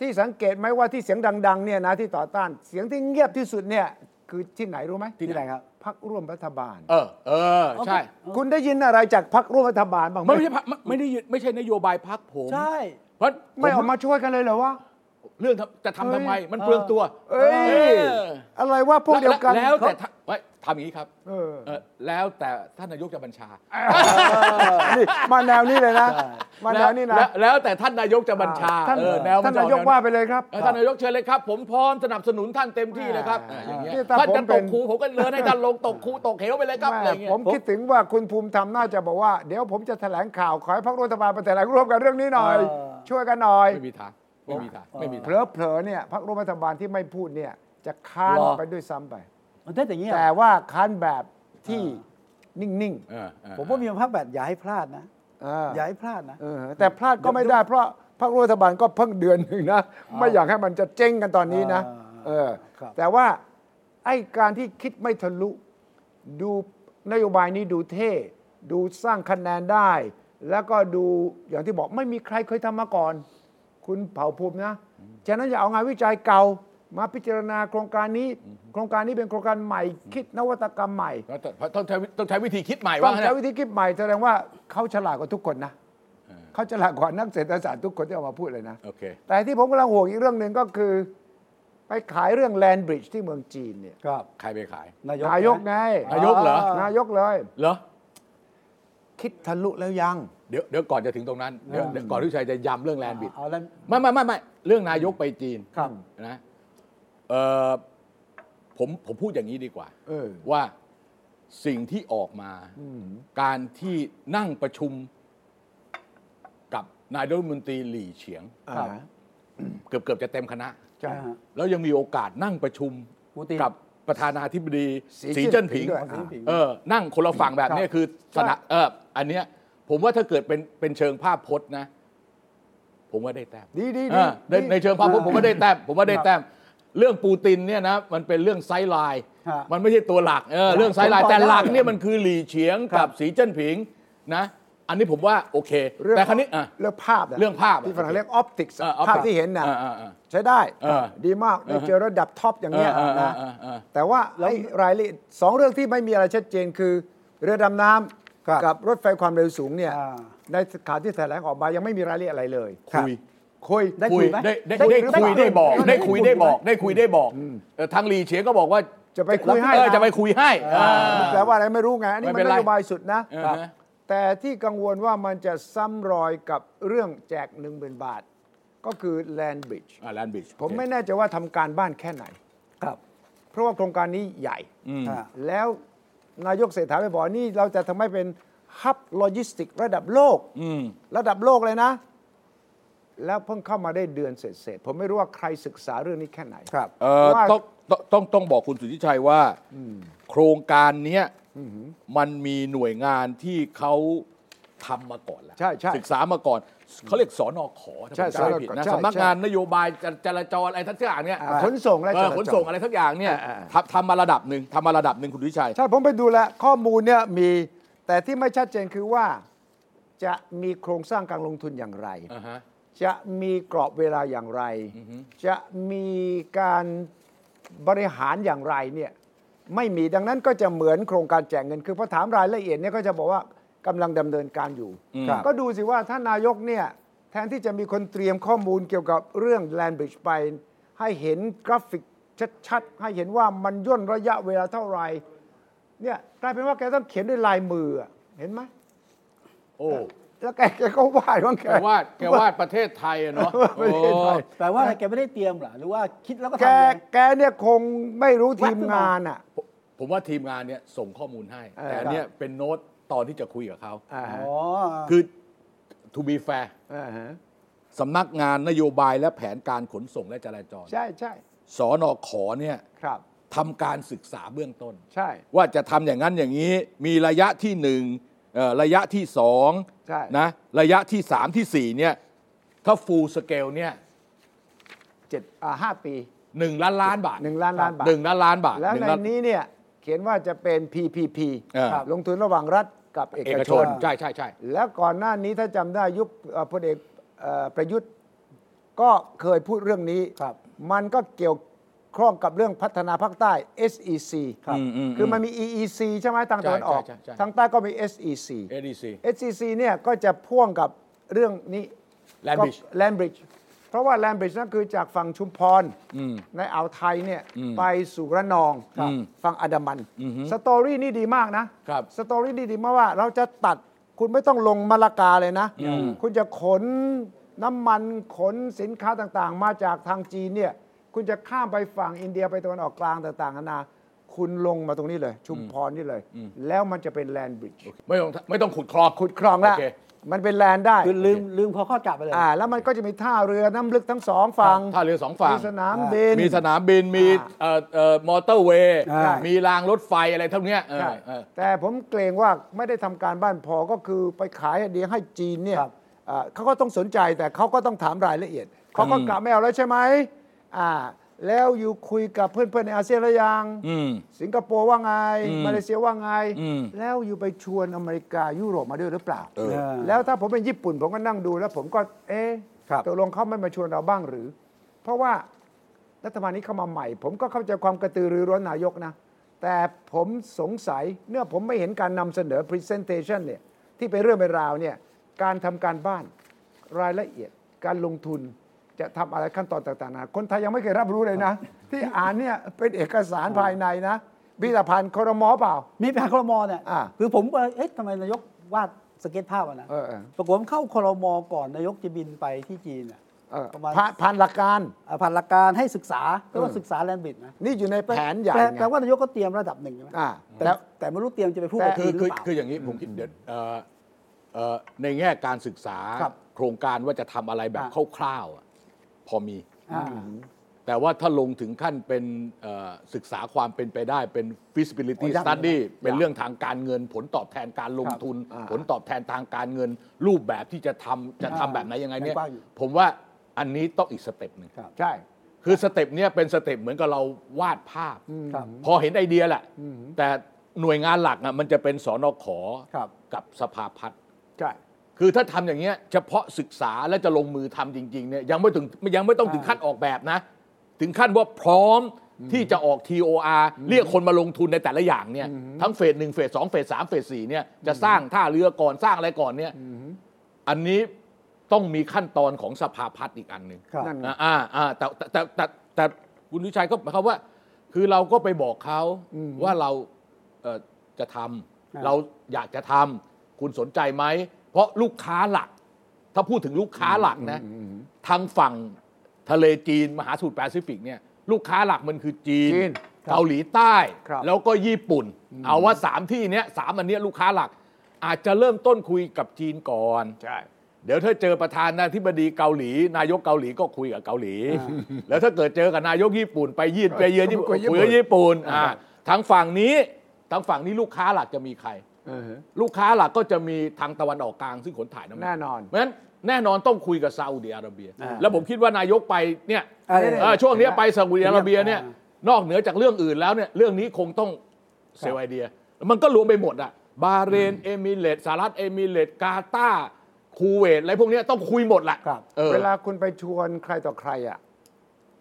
ที่สังเกตไหมว่าที่เสียงดัง ๆ เนี่ยนะที่ต่อต้าน เสียงที่เงียบที่สุดเนี่ย คือที่ไหนรู้ไหม
ที่ไหนครับ
พ พักร่วมรัฐบาล
เออ เออ ใช่
คุณได้ยินอะไรจากพักร่วมรัฐบาลบ้างไหม
มันไม่ใช่พรรคไม่ไม่ได้ยึดไม่ใช่นโยบายพักผม
ใช่
เพราะ
ไม่ออกมาช่วยกันเลยเหรอวะ
เรื่องทำจะทำทำไม
เอ้ย
มันเปลืองตัว
เอ้
เอย อ
อะไรว่าพวกเดียวกัน
แล้วแต่
เขา
ถ้าไว้ทำอย่างนี้ครับ
เออ
เออแล้วแต่ท่านนายกจะบัญชา
นี่มาแนวนี้เลยนะ
ใช่
มาแนวนี้นะ
แล้แล้วแต่ท่านนายกจะบัญชา
ท่าน
เออแนวมั
ท่านนายก
จะอแ
ว่าไปเลยครับ
เออท่านนายกเชิญเลยครับ ผมพร้อมสนับสนุนท่านเต็มที่เลยครับ
อ่า
อ่าอย่างเงี้ย
นี่ถ้า
ท่านจะ
ผมเป็น
ตกคูผมก็เดินให้ท่านลงตกคูตกเหวไปเลยครับอะไร
แม่
เงี้ย
ผมคิดถึงว่าคุณภูมิธรรมน่าจะบอกว่า เดี๋ยวผมจะแถลงข่าว ขอให้พรรครัฐบาลมาแถลงร่วมกันเรื่องนี้หน่อย
เออ
ช่วยกันหน่อย
ไม่มีทางไม่มีทางไม่มี
เผ
ทาง
ลอเผลอๆเนี่ยพรรคร่วมรัฐบาลที่ไม่พูดเนี่ย จะค้าน
หรอ
ไปด้วยซ้ำไป
มันได้แต่อย่างเงี้ย
แต่ว่าค้านแบบที่นิ่ง
เออเออ
ผมว่ามีภาคแบบอย่าให้พลาดนะ
ๆอ่า
อย่าให้พลาดนะ
เออแต่พลาดก็ไม่ได้เพราะพรรครัฐบาลก็เพิ่งเดือนหนึ่งนะ ไม่อยากให้มันจะเจ๊งกันตอนนี้นะ
อ่า
เออ
ครับ
แต่ว่าไอ้การที่คิดไม่ทะลุ ดูนโยบายนี้ดูเท่ ดูสร้างคะแนนได้ แล้วก็ดูอย่างที่บอกไม่มีใครเคยทำมาก่อน คุณเผ่าภูมินะ ฉะนั้นอย่าเอางานวิจัยเก่า มาพิจารณาโครงการนี้ โครงการนี้เป็นโครงการใหม่ คิดนวัตกรรมใหม่
แล้วแต่ต้องใช้ต้องใช้วิธีคิดใหม่
ต้
ว่า
อง
งั้น
ใช้
นะ
วิธีคิดใหม่แสดงว่าเขาฉลาดกว่าทุกคนนะเขาฉลาดกว่านักเศรษฐศาสตร์ทุกคนที่ออกมาพูดเลยนะ
โอเค
แต่ที่ผมกำลังห่วงอีกเรื่องหนึ่งก็คือ ไปขายเรื่องแลนบริดจ์ที่เมืองจีนเนี่ย
ครับ
ใครไปขาย
นายก
นายก
นะ
ไง
นายกเหรอ
นายกเลย
เหรอ
คิดทะลุแล้วยัง
เดี๋ยวเดี๋ยวก่อนจะถึงตรงนั้นเดี๋ยว
อืม
เดี๋ยวก่อนที่ชัยจะย้ำเรื่องแลนด์บิด
เอาแล้ว
ไม่ไม่ไม่ไม่เรื่องนายกไปจีน
ครับ
นะเออผมผมพูดอย่างนี้ดีกว่า
เออ
ว่าสิ่งที่ออกมาการที่นั่งประชุมกับนายกรัฐมนตรีหลี่เฉียง
ครับ
อ่า
เกือบเกือบจะเต็มคณะ
ใช่
อ่าฮะ
แล้วยังมีโอกาสนั่งประชุม
ปูติน
กับประธานาธิบดี
สี
สีเจิ้นผิง
จิ้นผิงด้วย
เอาสีผิง
เออนั่งคนละฝั่งแบบเนี้ยคือสนะเอออันเนี้ย ผมว่าถ้าเกิดเป็นเป็นเชิงภาพพจน์นะ ผมว่าได้แต้ม
ดีดีดี
อ่าในในเชิงภาพผม
อ่า
ผมว่าได้แต้มผมว่าได้แต้ม เรื่องปูตินเนี่ยนะมันเป็นเรื่องไซด์ไลน์
ฮะ
มันไม่ใช่ตัวหลักเออเรื่องไซด์ไล
ผ
น์
มตอบ
แต่หลัก
ได้
เนี่ยมันคือหลี่เฉียงกับสีเจิ้นผิงนะ อันนี้ผมว่าโอเค แต่ครั้นี้อ่ะ
เรื่องภาพะ
เรื่องภาพ
ที่
อ่ะ
ฝรั่งเรียกออปติกส์
เออ optics
ภาพที่เห็นนะ
อ่าอ่าอ่า
ใช้ได้
เออ
ดีมากได้เจอระดับท็อปอย่างเงี้ย
เออเออ
นะ
เออเออ
แต่ว่าไอ้รายละเอียดสองเรื่องที่ไม่มีอะไรชัดเจนคือ เรือดำน้
ครับ
ำกับรถไฟความเร็วสูงเนี่ย
อ่า
ในข่าวที่แถลงออกมายังไม่มีรายละเอียดอะไรเลย
คุย
คุย
ได้คุยไหม
ได้ได้ได้คุยได้บอก ได้คุยได้บอก ได้คุยได้บอกเออทางหลี่เฉียงก็บอกว่า
จะไปคุยให้
เออ
นะ
จะไปคุยให้เออ
แปลว่าอะไรไม่รู้ไงอันนี้มัน
ไม่เป็น
น
ไร
โยบายสุดนะ
อ่าฮะ
ครับแต่ที่กังวลว่ามันจะซ้ำรอยกับเรื่องแจก1 0,000 บาท ก็คือแลนบริดจ์
อ่าแลนด์บริดจ์
ผมไม่แน่ใจว่าทำการบ้านแค่ไหน
ครับ
เพราะว่าโครงการนี้ใหญ่
ฮะ
แล้วนายกเศรษฐาไปบอกนี่เราจะทำให้เป็นฮับโลจิสติกระดับโลก
อืม
ระดับโลกเลยนะ แล้วเพิ่งเข้ามาได้เดือนเศษๆผมไม่รู้ว่าใครศึกษาเรื่องนี้แค่ไหน
ครับ
เอ่อ
ว่า
ต้องต้องต้องต้องบอกคุณสุทธิชัยว่าโครงการเนี้ยมันมีหน่วยงานที่เขาทำมาก่อนแล้ว
ใช่ใช่
ศึกษามาก่อนเขาเรียกสอนอขอถ้า
ใช่
ผมจำไม่ผิดนะ
ใช่ใช่
สำนักงานนโยบายจจราจรอะไรทั้งอย่างเนี้ย
อ่าขนส่งและ
เออ
จราจร
ขนส่งอะไรทั้งอย่างเนี่ย
อ่า
ทำทำมาระดับหนึ่งทำมาระดับหนึ่งคุณสุทธิชัย
ใช่ผมไปดูแล้วข้อมูลเนี่ยมีแต่ที่ไม่ชัดเจนคือว่าจะมีโครงสร้างการลงทุนอย่างไร
อ่าฮะ
จะมีกรอบเวลาอย่างไร จะมีการบริหารอย่างไรเนี่ยไม่มีดังนั้นก็จะเหมือนโครงการแจกเงิน คือพอถามรายละเอียดเนี่ยก็จะบอกว่ากำลังดำเนินการอยู่
อืม
ก็ดูสิว่าท่านนายกเนี่ยแทนที่จะมีคนเตรียมข้อมูลเกี่ยวกับเรื่องแลนบริดจ์ไป ให้เห็นกราฟิกชัดๆ ให้เห็นว่ามันย่นระยะเวลาเท่าไหร่เนี่ยกลายเป็นว่าแกต้องเขียนด้วยลายมืออะเห็นไหม
โอ้
แล้วแกแกก็วาดของแก
แกวาดแกวาดประเทศไทยอะเนาะ
ประเทศ ไทย
โอ้
แปลว่าอะไรแกไม่ได้เตรียมเหรอหรือว่าคิดแล้วก็
แก
ทำเลย
แกเนี่ยคงไม่รู้ทีมงานอ่ะ
ผมผมว่าทีมงานเนี่ยส่งข้อมูลให้
เออ
แต่อันเนี้ยเป็นโน้ตตอนที่จะคุยกับเขา
อ่าฮะ
อ๋อ
คือ to be fair
อ่าฮะ
สำนักงานนโยบายและแผนการขนส่งและจราจร
ใช่ใช่
สอนอขอเนี่ย
ครับ
ทำการศึกษาเบื้องต้น
ใช่
ว่าจะทำอย่างนั้นอย่างนี้ มีระยะที่หนึ่งเอ่อระยะที่สอง
ใช่
นะระยะที่สามที่สี่เนี่ยถ้า full scale เนี่ย
เจ็ดอ่าห้าปี
หนึ่งล้านล้านบาท
หนึ่งล้านล้านบาท
หนึ่งล้านล้านบาท
แล้ว
หนึ่
ใน
งล้า
นี้เนี่ยเขียนว่าจะเป็น PPP
เออ
ครับลงทุนระหว่างรัฐกับเอ
เอก ก
ช
ช
น
นใช่ใช่ใช่
แล้วก่อนหน้านี้ถ้าจำได้ยุคเอ่อพลเอกเอ่อประยุทธ์ก็เคยพูดเรื่องนี้
ครับ
มันก็เกี่ยว ข้องกับเรื่องพัฒนาภาคใต้ SEC
ครับ
อืมอืม
คือมันมี EEC ใช่ไหมทางตะวันออก
ใช่ใช่ใช่
ทางใต้ก็มี SEC
เอดีซี
SEC เนี่ยก็จะพ่วงกับเรื่องนี้
Landbridge
แลนบริดจ์เพราะว่าแลนบริดจ์นั่นคือจากฝั่งชุมพรในอ่าวไทยเนี่ยไปสู่ระนองฝั่งอันดามันสตอรี่นี่ดีมากนะครับ สตอรี่นี่ดีมากว่าเราจะตัดคุณไม่ต้องลงมาละกาเลยนะ คุณจะขนน้ำมันขนสินค้าต่างๆ มาจากทางจีนเนี่ยคุณจะข้ามไปฝั่งอินเดียไปตะวันออกกลางต่างๆนานาคุณลงมาตรงนี้เลย ชุมพรนี่เลย แล้วมันจะเป็นแลนบริดจ์
ไม่ต้องไม่ต้องขุดคลอง
ขุดคลองแล้ว
โอเค
มันเป็นแลนได้
คือลืมลืมพอเข้าจับไปเลย
อ่า แล้วมันก็จะมีท่าเรือน้ำลึกทั้งสองฝั่ง
ท่าเรือสองฝั่ง
มีสนามบิน
มีสนามบินมีเอ่อเอ่อมอเตอร์เวย์
อ่ามี
มีรางรถไฟอะไรทั้งเนี้ยเออ
ใช่
เออ
แต่ผมเกรงว่าไม่ได้ทำการบ้านพอก็คือไปขายอันเดียให้จีนเนี่ย
ครับ
อ่าเขาก็ต้องสนใจแต่เขาก็ต้องถามรายละเอียด เขาก็กลับไม่เอาแล้วใช่ไหมอ่า แล้วอยู่คุยกับเพื่อนๆในอาเซียนหรือยัง
อืม
สิงคโปร์ว่าไง
อืม
มาเลเซียว่าไง
อืม
แล้วอยู่ไปชวนอเมริกายุโรปมาด้วยหรือเปล่า
เออ
แล้วถ้าผมเป็นญี่ปุ่นผมก็นั่งดูแล้ว ผมก็เอ๊ะ
ครับ
ตกลงเขาไม่มาชวนเราบ้างหรือ เพราะว่า รัฐบาลนี้เข้ามาใหม่ ผมก็เข้าใจความกระตือรือร้นนายกนะ แต่ผมสงสัยเนื่อผมไม่เห็นการนำเสนอ Presentation เนี่ยที่เป็นเรื่องเป็นราวเนี่ยการทำการบ้านรายละเอียด การลงทุนจะทำอะไรขั้นตอนต่างๆนะคนไทยยังไม่เคยรับรู้ เลยนะ ที่อ่านเนี่ยเป็นเอกสารภายในนะพิพิธภัณฑ์ครมอเปล่า
มีประธานครมเนี่ย
อ่า
คือผมก็เอ๊ะทำไมนายกวาดสเก็ตภาพอ่ะนะ
เออเออ
ปรากฏผมเข้าครมก่อนนายกจะบินไปที่จีนอ่ะ
เออ
ประมาณ
ผ่านผ่านหลักการ
อ่าผ่านหลักการให้ศึกษาเรียกว่าศึกษาแลนบิดนะ
นี่อยู่ในแผนใหญ่
แปล
ไง
แปลว่านายกก็เตรียมระดับหนึ่งใช่ไหม
อ่า
แต่
แล้ว
แต่ไม่รู้เตรียมจะไปพูดกับ
แต่
จี
คือน
หรืเป
คือ อ
ล่า
คืออย่างนี้ผมคิดเดี๋ยวเอ่อเอ่อในแง่การศึกษา
ครับ
โครงการว่าจะทำอะไรแบบ
อ่า
คร่าวๆอะพอมี
อ่า
แต่ว่าถ้าลงถึงขั้นเป็นเอ่อศึกษาความเป็นไปได้เป็น feasibility
โอ้ยาก
study เป็น
ยาก
เรื่องทางการเงิน ผลตอบแทนการลงทุน
อ่า
ผลตอบแทนทางการเงิน รูปแบบที่จะทำจะ
อ่า
ทำแบบไหนยังไงเนี่ย
กว้างอยู่
ผมว่าอันนี้ต้องอีกสเต็ปหนึ่ง
ครับ
ใช่
คือสเต็ปเนี้ยเป็นสเต็ปเหมือนกับเราวาดภาพ
ครับ
พอเห็นไอเดียแหละ แต่หน่วยงานหลักอ่ะมันจะเป็นสอนอขอ
ครับ
กับสภาพัฒน์
ใช่
คือถ้าทำอย่างเงี้ยเฉพาะศึกษาและจะลงมือทำจริงๆเนี่ยยังไม่ถึงยังไม่ต้องถึงขั้นออกแบบนะ ถึงขั้นว่าพร้อมที่จะออก TOR เรียกคนมาลงทุนในแต่ละอย่างเนี่ยทั้งเฟสหนึ่งเฟสสองเฟสสามเฟสสี่เนี่ยจะสร้างท่าเรือก่อนสร้างอะไรก่อนเนี่ยอันนี้ต้องมีขั้นตอนของสภาพัฒน์อีกอันหนึ่ง
ครับ
นั่น
อ่าอ่าอ่าแต่แต่แต่แต่แต่คุณวิชัยก็หมายความว่า คือเราก็ไปบอกเขาว่าเราเอ่อจะทำ
อ่า
เราอยากจะทำคุณสนใจไหม เพราะลูกค้าหลัก ถ้าพูดถึงลูกค้าหลักนะทางฝั่งทะเลจีนมหาสมุทรแปซิฟิกเนี่ยลูกค้าหลักมันคือจีน
จีน
เกาหลีใต้
ครับ
แล้วก็ญี่ปุ่น เอาว่าสามที่เนี้ยสามอันเนี้ยลูกค้าหลัก อาจจะเริ่มต้นคุยกับจีนก่อน
ใช่
เดี๋ยวถ้าเจอประธานาธิบดีเกาหลี นายกเกาหลีก็คุยกับเกาหลี แล้วถ้าเกิดเจอกับนายกญี่ปุ่นไปยืนไปเยือนญี่ปุ่น
คุยกับญี่ปุ่น
คุยกับญี่ปุ่นอ่าทางฝั่งนี้ทางฝั่งนี้ลูกค้าหลักจะมีใคร
เออ
ลูกค้าหลักก็จะมีทางตะวันออกกลางซึ่งขนถ่ายน้ำมั
แน่นอน
เพราะฉะนั้นแน่นอนต้องคุยกับซาอุดิอาระเบีย
อ่า
แล้วผมคิดว่านายกไปเนี่ย
อ่า
เออช่วงเนี้ยไปซาอุดิอาระเบียเนี่ย
อ่
นอกเหนือจากเรื่องอื่นแล้วเนี่ยเรื่องนี้คงต้องเซลไอเดีย มันก็รวมไปหมดอ่ะบาเรนเอมิเรตส์สหรัฐเอมิเรตส์กาตาร์คูเวตอะไรพวกเนี้ยต้องคุยหมดแหละ
ครับ
ออ
เวลาคุณไปชวนใครต่อใครอ่ะ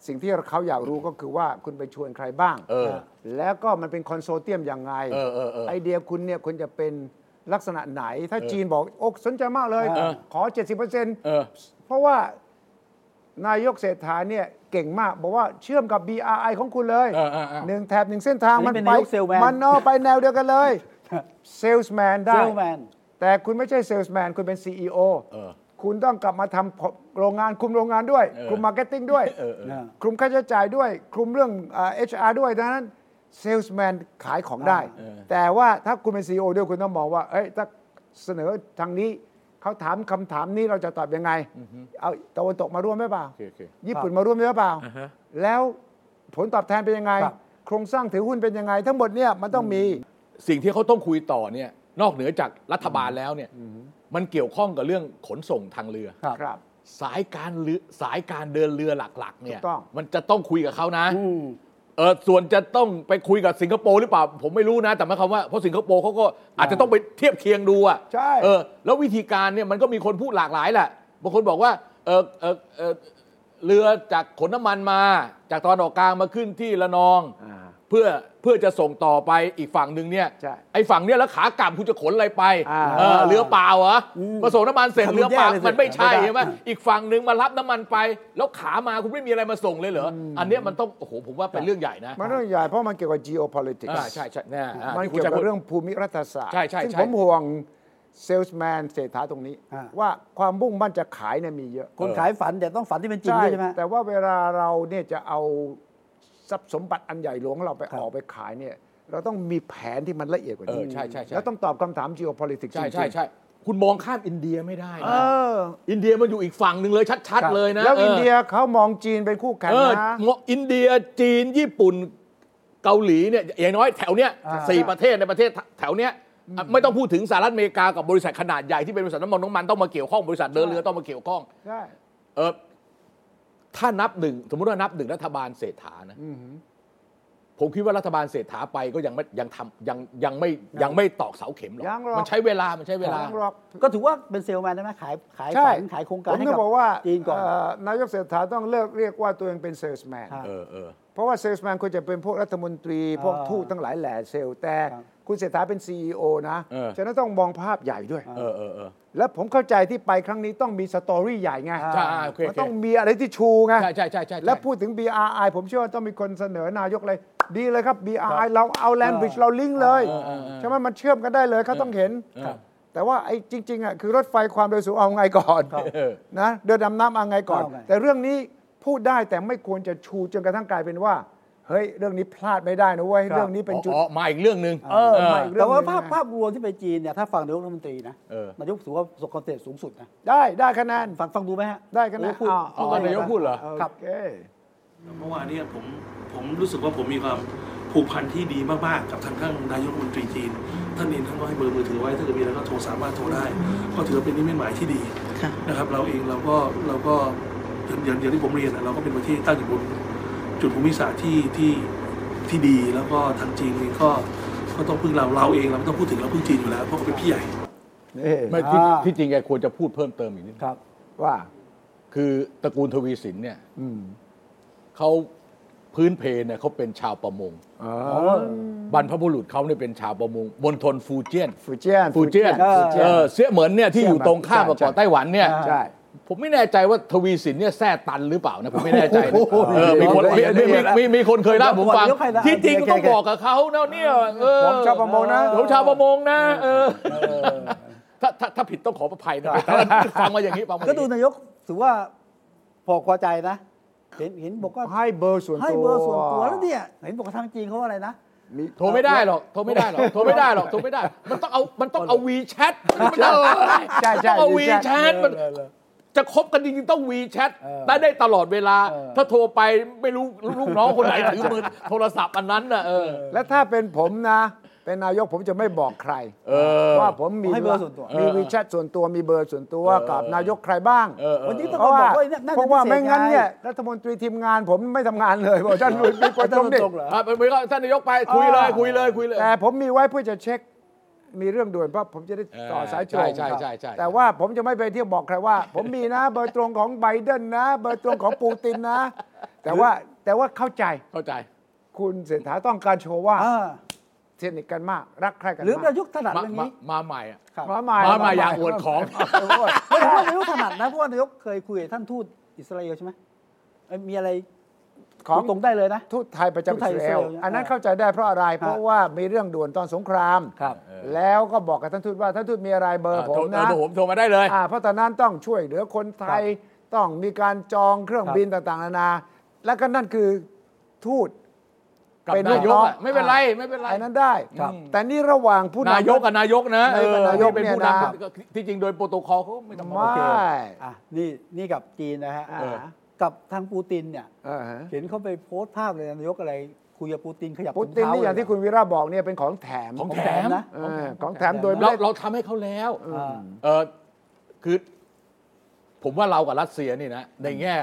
สิ่งที่เขาอยากรู้ก็คือว่าคุณไปชวนใครบ้าง
เออ
แล้วก็มันเป็นคอนโซเทียมยังไง
เออเออเออ
ไอเดียคุณเนี่ยคุณจะเป็นลักษณะไหน ถ้าจีนบอกโอกสนใจมากเลย
เออ
ขอ 70%เ
เออ
พราะว่านายกเศรษฐาเนี่ยเก่งมาก บอกว่าเชื่อมกับ BRI ของคุณเลย
เออเออเออ
หนึ่งแถบหนึ่งเส้นทาง
อันนี้
มัน
เป็น
ไป
นายก salesman
มันนอกไปแนวเดียวกันเลยเซลส์แมนได้
เซลแมน
แต่คุณไม่ใช่เซลส์แมน คุณเป็น CEO
เออ
คุณต้องกลับมาทำโรงงานคุมโรงงานด้วย คุมมาร์เก็ตติ้งด้วย คุมค่าใช้จ่ายด้วย คุมเรื่องเอ่อ HR ด้วยดังนั้นเซลส์แมนขายของได้ แต่ว่าถ้าคุณเป็น CEO ด้วยคุณต้องมองว่า เอ้ยถ้าเสนอทางนี้เขาถามคำถามนี้เราจะตอบยังไง เอาตะวันตกมาร่วมไหมเปล่า
โอเคโอเค
ญี่ปุ่นมาร่วมด้วยหรือเปล่า แล้วผลตอบแทนเป็นยังไง
ครับ
โครงสร้างถือหุ้นเป็นยังไง ทั้งหมดเนี่ยมันต้องมี
สิ่งที่เขาต้องคุยต่อเนี่ยนอกเหนือจากรัฐบาลแล้วเนี่ยมันเกี่ยวข้องกับเรื่องขนส่งทางเรือ
ครับ
ครับ
สายการเรือสายการเดินเรือหลักๆเนี่ย
ถูกต้อง
มันจะต้องคุยกับเขานะ
อืม
เออส่วนจะต้องไปคุยกับสิงคโปร์หรือเปล่า ผมไม่รู้นะ แต่หมายความว่าเพราะสิงคโปร์เขาก็อาจจะต้องไปเทียบเคียงดูอ่ะ
ใช่
เออแล้ววิธีการเนี่ยมันก็มีคนพูดหลากหลายแหละบางคนบอกว่าเออเออเออ เรือจากขนน้ำมันมา จากตอนออกกลางมาขึ้นที่ละนอง
อ่า
เพื่อเพื่อจะส่งต่อไปอีกฝั่งหนึ่งเนี่ย
ใช่
ไอ้ฝั่งเนี่ยแล้วขากลับคุณจะขนอะไรไป
อ่า
เออเรือเปล่าเหรออ
ม
ผสมน้ำมันเสร็จ
ทำ
เรือเปล่า
แย่เลยสิ
มันไม่ใช่
ไม่ได้
ใช่ไหมอีกฝั่งหนึ่งมารับน้ำมันไป แล้วขามาคุณไม่มีอะไรมาส่งเลยเหรอออันเนี้ยมันต้องโอ้โหผมว่าเป็นเรื่องใหญ่นะ
มันเรื่องใหญ่เพราะมันเกี่ยวกับ geopolitics
อ่าใช่ใช่แน่อ่า
มัน
ที่คุณ
เกี่ยวกับ
ชัยพูด
เรื่องภูมิรัฐศาสตร์
ใช่ใช่
ซึ่ง
ใช่
ผมห่วงเซลส์แมนเศรษฐาตรงนี้
อ่า
ว่าความมุ่งมั่นจะขายเนี่ยมีเยอะ
คนขายฝันแต่ต้องฝันที่เป็นจริง
ใช่
ด้วยใช่ไหม
แต่ว่าเวลาเราเนี่ยจะเอาทรัพย์สมบัติอันใหญ่หลวงเราไป
ครับ
ออกไปขายเนี่ย เราต้องมีแผนที่มันละเอียดกว่า
เอ
นี้
อใช่ใช่ใช่
แล้วต้องตอบคำถาม geopolitics จ
ใช่
ริงๆ
ใช่ใช่คุณมองข้ามอินเดียไม่ได้
เอ
นะ
อ
อินเดียมันอยู่อีกฝั่งหนึ่งเลยชัด ๆ เลยนะ
แล้วอิน
เ
เดียเขามองจีนเป็นคู่แข่ง
เออ
นะ
เหมาะอินเดียจีนญี่ปุ่นเกาหลีเนี่ยอย่างน้อยแถวเนี้ย
อ่า
สี่ประเทศในประเทศแถวเนี้ยอ่ะไม่ต้องพูดถึงสหรัฐอเมริกากับบริษัทขนาดใหญ่ที่เป็นบริษัทน้ำมันน้ำมันต้องมาเกี่ยวข้องบริษัทเดินเรือต้องมาเกี่ยวข้อง
ใช่
เออถ้านับหนึ่งสมมติว่านับหนึ่งรัฐบาลเศรษฐานะผมคิดว่ารัฐบาลเศรษฐาไปก็ยังไม่ยังทำยังยังไม่ยังไม่ตอกเสาเข็มหรอก
ยังหรอก
มันใช้เวลามันใช้เวลา
ของหรอก
ก็ถือว่าเป็นเซลแมนได้ไหมขายขาย
ใช่
ฝันขายโครงการ
ผม
ให้
ถึง
กับ
บอกว่า
จีนก่อน
เอ่อนายกเศรษฐาต้องเลิกเรียกว่าตัวเองเป็นเซลส์แมน
ครับ
เออเออ
เพราะว่าเซลส์แมนควรจะเป็นพวกรัฐมนตรี
อ่า
พวกทูตทั้งหลายแหล่เซลล์แต่
ครับ
คุณเศรษฐาเป็น CEO นะ
เออ
ฉะนั้นต้องมองภาพใหญ่ด้วย
เออเออเออ
และผมเข้าใจที่ไปครั้งนี้ต้องมีสตอรี่ใหญ่ไง
ใช่โอเคโอเค
มัต้องมีอะไรที่ชูไง
ใช่ใช่ใช่ใช่
และพูดถึง BRI ผมเชื่อว่าต้องมีคนเสนอนายกเลยดีเลยครับ BRI เราเอาแลนด์บริดจ์เราลิงก์เลยใช่ไหมมันเชื่อมกันได้เลยเขาต้องเห็น แต่ว่าไอ้จริงๆอ่ะคือรถไฟความเร็วสูงเอาไงก่อน
เออ
นะเรือดำน้ำเอาไงก่อน
เอาไง
แต่เรื่องนี้พูดได้แต่ไม่ควรจะชูจนกระทั่งกลายเป็นว่า เฮ้ยเรื่องนี้พลาดไม่ได้นะเว้ยเรื่องนี้เป็นจุด
อ๋ออ๋อมาอีกเรื่องหนึ่ง
เออ
เออ
ไม่
อีกเรื่
แต่
อง
ว่า
หนึ่ง
ภาพ
นะ
ภาพรวมที่ไปจีนเนี่ยถ้าฟังนายกรัฐมนตรีนะ
เออ
นายกถือว่าประสบความสำเร็จสูงสุดนะ
ได้ได้คะแนน
ฟังฟังดูไหมฮะ
ได้กันนะ
โอ้พูด
อ๋อ
พูด
อ๋อ
ได้
นายก
ไง
พูดเหรอ
ครับ
โอเค
เมื่อวานเนี้ผมผมรู้สึกว่าผมมีความผูกพันที่ดีมากๆ กับทางข้างนายกรัฐมนตรีจีน ท่านเองท่านก็ให้เบอร์มือถือไว้ถ้าเกิดมีแล้วก็โทรสามารถโทรได้ ก็ถือว่าเป็นนิมิตหมายที่ดีนะครับ เราเองเราก็เราก็อย่างอย่างที่ผมเรียนอะเราก็เป็นประเทศตั้งอยู่บนจุดภูมิศาสตร์ที่ที่ที่ดีแล้วก็ทางจีนเองก็ก็ต้องพึ่งเราเราเองเราไม่ต้องพูดถึงเราพึ่งจีนอยู่แล้วเพราะเขาเป็นพี่ใหญ่
นี่
ไม่ที่
อ่า
ที่จริงแกควรจะพูดเพิ่มเติมอีกนิดนึง
ครับ
ว่า
คือตระกูลทวีสินเนี่ย
อืม
เขาพื้นเพเนี่ยเขาเป็นชาวประมง
อ๋อบ
รรพบุรุษเขาเนี่ยเป็นชาวประมงมณฑลฟูเจียน
ฟูเจียน
ฟูเจียน
ฟูเจียน
เออเสียเหมือนเนี่ยที่อยู่ตรงข้ามกับเกาะไต้หวันเนี่ย
อ่า
ใช่
ผมไม่แน่ใจว่าทวีสินเนี่ยแท้ตันหรือเปล่านะผมไม่แน่ใจนะ
โอ้โห
เออมีคน
ละเอียด
มีมี
ละเอียด
มีมีมีคนเคยเล่าผมฟัง
ยกให้นะ
ที่จริงก็ต้อง
โอเคโอเค
บอกกับเขานะเนี่ยเออ
ผมชาวประมงนะ
ผมชาวประมงนะเออถ้าถ้าถ้าผิดต้องขออภัยนะ ฟังมาอย่างนี้ฟังมาอ
ก็
ย่าง
ดู
นี้
นายกถือว่าพอพอใจนะ เห็นเห็นบอกว่า
ให้เบอร์ส่วนตัว
ให้เบอร์ส่วนตัวแล้วเนี่ยเห็นบอกว่าทางจีนเขาว่าอะไรนะ
มี
โทรไม่ได้หรอกโทรไม่ได้หรอกโทรไม่ได้หรอกโทรไม่ได้ มันต้องเอามันต้องเอาวีแชท
ใช่
ต้
ใช่
องเอา
ฟู
วี
จียน
แชทมันจะคบกันจริงๆต้องวีแชทได้ได้ตลอดเวลา ถ้าโทรไปไม่รู้ลูกน้องคนไหนถือมือโทรศัพท์อันนั้นน่ะเออ
และถ้าเป็นผมนะ เป็นนายกผมจะไม่บอกใคร
เออ
ว่าผมมี
ให้เบอร์ส่วนตัว
มีวีแชทส่วนตัวมีเบอร์ส่วนตัวกับนายกใครบ้าง
วันนี้ต้อง
เพราะ
บ
ว่า
อกว่าเนี่ยน่จะ
เพราะว่า
พิศษ
ไม่งั้นเนี่ย
ไ
รัฐมนตรีทีมงานผมไม่ทำงานเลยบอกท่านมีคนตรงนี้
ตรงๆเหรอ
อ่ะไปไปก็ท่านนายกไปคุยเลยคุยเลยคุยเลย
แต่ผมมีไว้เพื่อจะเช็คมีเรื่องด่วนเพราะผมจะได้ต่อสายตรง
ใช่ใช่ใช่ใช่
แต่ว่าผมจะไม่ไปเที่ยวบอกใครว่า ผมมีนะเบอร์ตรงของไบเดนนะ เบอร์ตรงของปูตินนะ แต่ว่าแต่ว่าเข้าใจ
เข้าใจ
คุณเศรษฐาต้องการโชว์ว่า
อ่า
สนิทกันมากรักใครกัน
หรือ
มาก
นายกถนัด
มา
เรื่อง
มา
นี้
มาใหม่อ่ะ
ครับ
มาใหม่
มาใหม่อยากอวดของ
อวด
ไม่ถึงว่านายกถนัดนะเพราะว่านายกเคยคุยกับท่านทูตอิสราเอลใช่ไหมเอ้ยมีอะไร
ของ
ตรงได้เลยนะ
ทูตไทยประจำ
ทู
อิ
ตไทย
ส
อิส
ราเอ
รา
ล
เอล
อันนั้นเข้าใจได้เพราะอะไร เพราะว่ามีเรื่องด่วนตอนสงคราม
ครับ
แล้วก็บอกกับท่านทูตว่าท่านทูตมีอะไรเบอร์ผม
อ่ะ
นะ
โทรโทรผมโทรมาได้เลย
อ่าเพราะตอนนั้นต้องช่วยเหลือคนไทยต้องมีการจองเครื่องบินต่างๆนานา และก็นั่นคือทูต
กับ
เป็นลู
นากย
น้
ก
อง
อ่ะไม่เป็นไรไม่เป็นไร
ไอ้นั้นได้
ครับ
แต่นี่ระหว่างผู้ำ
นายกกับนายกนะ
นายกกับนายก
เป็นผู้
เนี่ยนะ
นำก็ที่จริงโดยโปรโตคอลเขาไม่ต้องมา
ไม่
อ่ะนี่นี่กับจีนนะฮะ
อ่า
กับทางปูตินเนี่ย
เออฮะ
เห็นเขาไปโพสต์ภาพเลยนะนายกอะไรคุยกับปูตินขยับ
ปูติน
ถุ
นี่อย่าง
เล
ที่คุณวีระบอกเนี่ยเป็นของแถม
ของแถม
นะ
เออของแถมโดยไม่
เรา
ได้
เราทำให้เขาแล้ว
อ่า
เออคือ ผมว่าเรากับรัสเซียนี่นะ ในแง่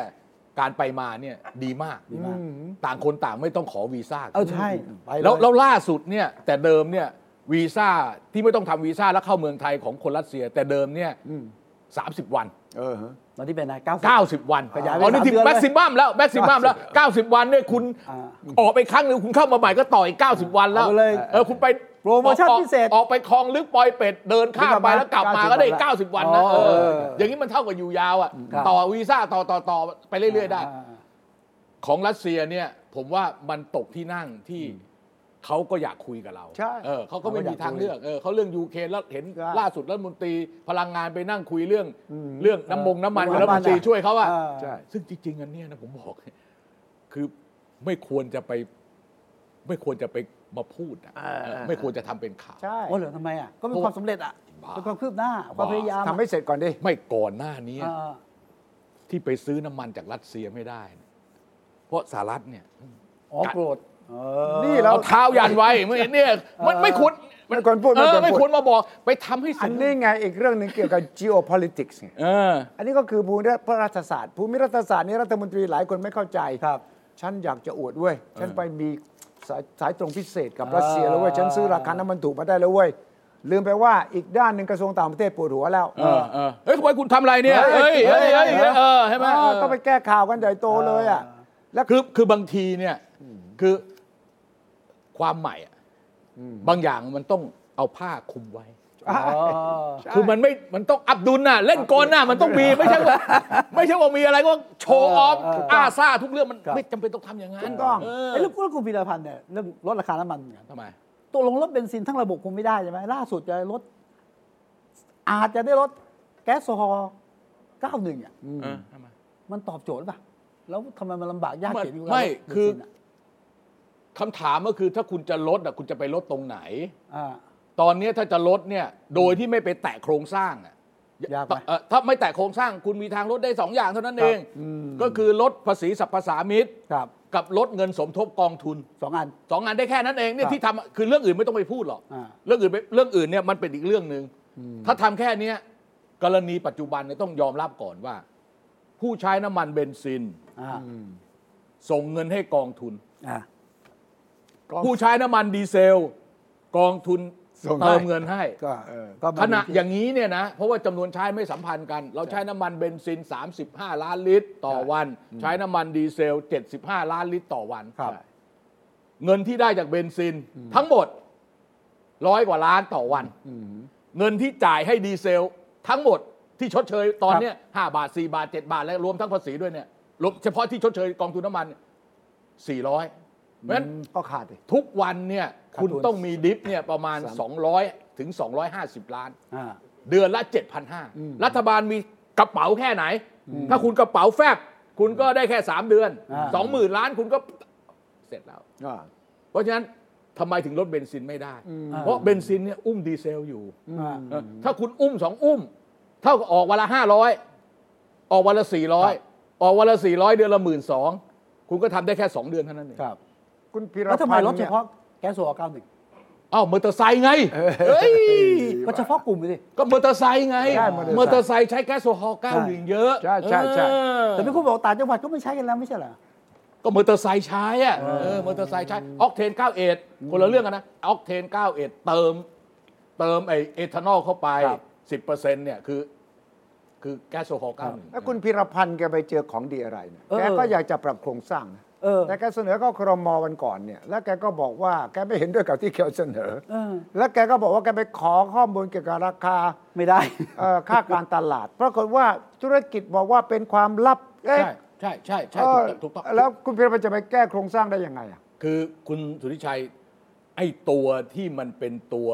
การไปมาเนี่ยดีมาก
ดีมาก
ต่างคนต่างไม่ต้องขอวีซ่า
เอาใช่ไปเย
แล้วแล้วล่าสุดเนี่ย แต่เดิมเนี่ยวีซ่าที่ไม่ต้องทำวีซ่าแล้วเข้าเมืองไทยของคนรัสเซีย แต่เดิมเนี่ยสามสิบวัน
เออฮะ
ตอนนี้เป็นนายเก้า
90 วัน
ขยายไป
อ๋อนี่
สาม
ถึง
เดือน
แม็กซิมัมแล้วแม็กซิมัมแล้ว 90 วันเนี่ยคุณ
อ่า
ออกไปครั้งหนึ่งคุณเข้ามาใหม่ก็ต่อย90 วันแล้ว
เอาไปเลย
เออคุณไป
โปรโมชั่น
ออก
พิเศษ
ออกไปคลองลึกปอยเป็ดเดินข้ามไปแล้วกลับมา
90
ก็ได้
วันละ
90 วันนะ
อ๋อ
เออ
เออ
อย่างนี้มันเท่ากับอยู่ยาวอ่ะ
ครับ
ต่อวีซ่าต่อต่อต่อไปเรื่อยๆได้
อ่า
ของรัสเซียเนี่ยผมว่ามันตกที่นั่งที่เขาก็อยากคุยกับเรา
ใช่
เออเขาก็ไม่
เขาก็อยา
มี
ก
ทาง
คุย
เลือกเออเขาเรื่องยูเครนแล้วเห็น
ใช่
ล่าสุดรัฐมนตรีพลังงานไปนั่งคุยเรื่องเรื่องน้ำมงน้ำมัน
เออ
กับรัฐมนต
น้ำ
รี
มันอะ
ช่วยเขาอะ
เออ
ใช่
ซึ่งจริงๆอันเนี้ยนะผมบอก คือไม่ควรจะไป ไม่ควรจะไปมาพูดอะ
เออ
เออไม่ควรจะทำเป็นข่าว
ใช่
โอ้เหรอทำไมอ่ะ ก็เป็นความสำเร็จอ่ะ
บ้า
เป็นความคืบหน้าความพยายาม
ทำให้เสร็จก่อนดิ
ไม่ก่อนหน้านี้
อ่า
ที่ไปซื้อน้ำมันจากรัสเซียไม่ได้เนี่ยเพราะสหรัฐเนี่ย
อ๋อโกรธเออ
นี่เรา
เอาเท้ายันไว้เมื่อเนี่ยมันไม่ควร
ไม่ควรพูด
เออ
ไม่
ไม่
ควรพูด
ควรมาบอกไปทำให้
อั
เสั
น
น
นี้ไงอีกเรื่องหนึ่งเกี่ยวกับ geopolitics ไง
เออ
อันนี้ก็คือภูมิรัฐศาสตร์ ภูมิรัฐศาสตร์นี่รัฐมนตรีหลายคนไม่เข้าใจ
ครับ
ฉันอยากจะอวดเว้ย ฉันไปมีสายสายตรงพิเศษกับรัสเซียแล้วเว้ย ฉันซื้อราคาน้ำมันถูกมาได้แล้วเว้ย ลืมไปว่าอีกด้านหนึ่งกระทรวงต่างประเทศปวดหัวแล้ว
เออเออเฮ้ยทำไมคุณทำอะไรเนี่ยเฮ้ยเฮ้ยเฮ้ยเฮ้ยเออใช่ไหม
เอ
เอ
อ
อ
ก็ไปแก้ข่าวกันใหญ่โตเลยอ่ะ แล้ว
คือคือบางทีเนี่ยคือความใหม่อะบางอย่างมันต้องเอาผ้าคลุมไว้
อ่ะ
คือมันไม่มันต้องอับดุลน่ะ เล่นกลน่ะมันต้องมีไม่ใช่ว่าไม่ใช่ว่ามีอะไรก็โชว์ออฟ
เออเออ
อ้าซ่าทุกเรื่องมัน
ครับ
ไม่จำเป็นต้องทำอย่างนั้น
ถูกต้อง
เอ
เอ
อ
อแล้วแล้วคุณพีรพันธ์เนี่ยเรื่องลดราคาน้ำมันเหมือนกัน
ทำไม
ตกลงลดเบนซินทั้งระบบคงไม่ได้ใช่ไหมล่าสุดจะลดอาจจะได้ลดแก๊สโซฮอล์91อ่ะ
เออทำไม
มันตอบโจทย์ป่ะ แล้วทำไมมันลำบากยากเข็นอยู่กับ
ไม่
รถเบน
คือ
ซินอะ
คำถามก็คือถ้าคุณจะลดอ่ะคุณจะไปลดตรงไหน
อ่า
ตอนเนี้ยถ้าจะลดเนี่ยโดยที่ไม่ไปแตะโครงสร้างอ่ะ
ยากไหม
เอ่อถ้าไม่แตะโครงสร้างคุณมีทางลดได้สองอย่างเท่านั้นเองก็คือลดภาษีสรรพสามิต
ครับ
กับลดเงินสมทบกองทุน
สองอัน
สองงานได้แค่นั้นเอง
ค
เนี่ย
รับ
ที่ทำคือเรื่องอื่นไม่ต้องไปพูดหรอก
อ่า
เรื่องอื่นไปเรื่องอื่นเนี่ยมันเป็นอีกเรื่องหนึ่งถ้าทำแค่เนี้ยกรณีปัจจุบันเนี่ยต้องยอมรับก่อนว่า ผู้ใช้น้ำมันเบนซิน
อ่า
ส่งเงินให้กองทุน
อ่า
ผู้ใช้น้ำมันดีเซล กองทุน
ส่งให้
เติมเงินให้
ก็
เออ
ก็มั
ขณะอย่างนี้เนี่ยนะ เพราะว่าจำนวนใช้ไม่สัมพันธ์กัน เราใช้น้ำมันเบนซิน 35 ล้านลิตร ต่อวัน ใช้น้ำมันดีเซล 75 ล้านลิตรต่อวัน
ครับ
เงินที่ได้จากเบนซินทั้งหมดร้อยกว่าล้านต่อวัน เงินที่จ่ายให้ดีเซล ทั้งหมดที่ชดเชยตอนเนี้ยห้าบาทสี่บาทเจ็ดบาท และรวมทั้งภาษีด้วยเนี่ยรวมเฉพาะที่ชดเชยกองทุนน้ำมันสี่ร้อยเพราะฉะนั้น
ก็ขาดดิ
ทุกวันเนี่ยคุณต้องมีดิฟเนี่ยประมาณ 200 ถึง 250 ล้าน
อ่า
เดือนละ 7,500 รัฐบาลมีกระเป๋าแค่ไหน ถ้าคุณกระเป๋าแฟบ คุณก็ได้แค่ 3 เดือน
อ่า
20,000 ล้านคุณก็เสร็จแล้ว เพราะฉะนั้นทำไมถึงลดเบนซินไม่ได้ เพราะเบนซินเนี่ยอุ้มดีเซลอยู่
อ่า
เออถ้าคุณอุ้มสองอุ้ม เท่ากับออกวันละห้าร้อยออกวันละสี่ร้อยออกวันละสี่ร้อยเดือนละหมื่นสองคุณก็ทำได้แค่สองเดือนเท่านั้นเอง
ครับ
คุณพีร
แล้วทำ
พั
ไม
นธ์
ลดเฉ
นี่ย
พาะแก๊สโซฮอล์91
อ้าวมอเตอร์ไซค์ไง เฮ้ย
ก็เฉพาะกลุ่มไปสิ
ก็มอเตอร์ไซค์ไง
ใช่มอเตอร์ไซค์
มอเตอร์ไซค์ใช้แก๊สโซฮอล์เก้า
ใช่
หนึ่งเยอะ
ใช่ใช่ใช่
เออ
แต่ไม่คุณบอกต่างจังหวัดก็ไม่ใช้กันแล้วไม่ใช่เหรอ
ก็มอเตอร์ไซค์ใช้อะเออมอเตอร์ไซค์ใช้ออกเทนเก้าเอ็ดคนละเรื่องกันนะออกเทนเก้าเอ็ดเติม เติมไอเอทานอลเข้าไป
ครับ
สิบเปอร์เซ็นต์เนี่ยคือ คือแก๊สโซฮอล์เก้าหนึ่ง
แล้วคุณพีรพันธ์แกไปเจอของดีอะไรเนี่ย
เออ
แกก็อยากจะปรับโครงสร้างนะ
เออ
แต่แกเสนอก็ครมวันก่อนเนี่ย แล้วแกก็บอกว่าแกไม่เห็นด้วยกับที่แกเสนอ
เออ
แล้วแกก็บอกว่าแกไปขอข้อมูลเกี่ยวกับราคา
ไม่ได้
เอ่อ ค่าการตลาด ปรากฏว่าธุรกิจบอกว่าเป็นความลับเอ๊ะ
ใช่ใช่ใช่ใช่
เอ
ถู
อก
ต้องถูกต้อง
แล้วคุณพีรพันธ์จะไปแก้โครงสร้างได้ยังไงอ่ะ
คือคุณสุทธิชัย ไอ้ตัวที่มันเป็นตัว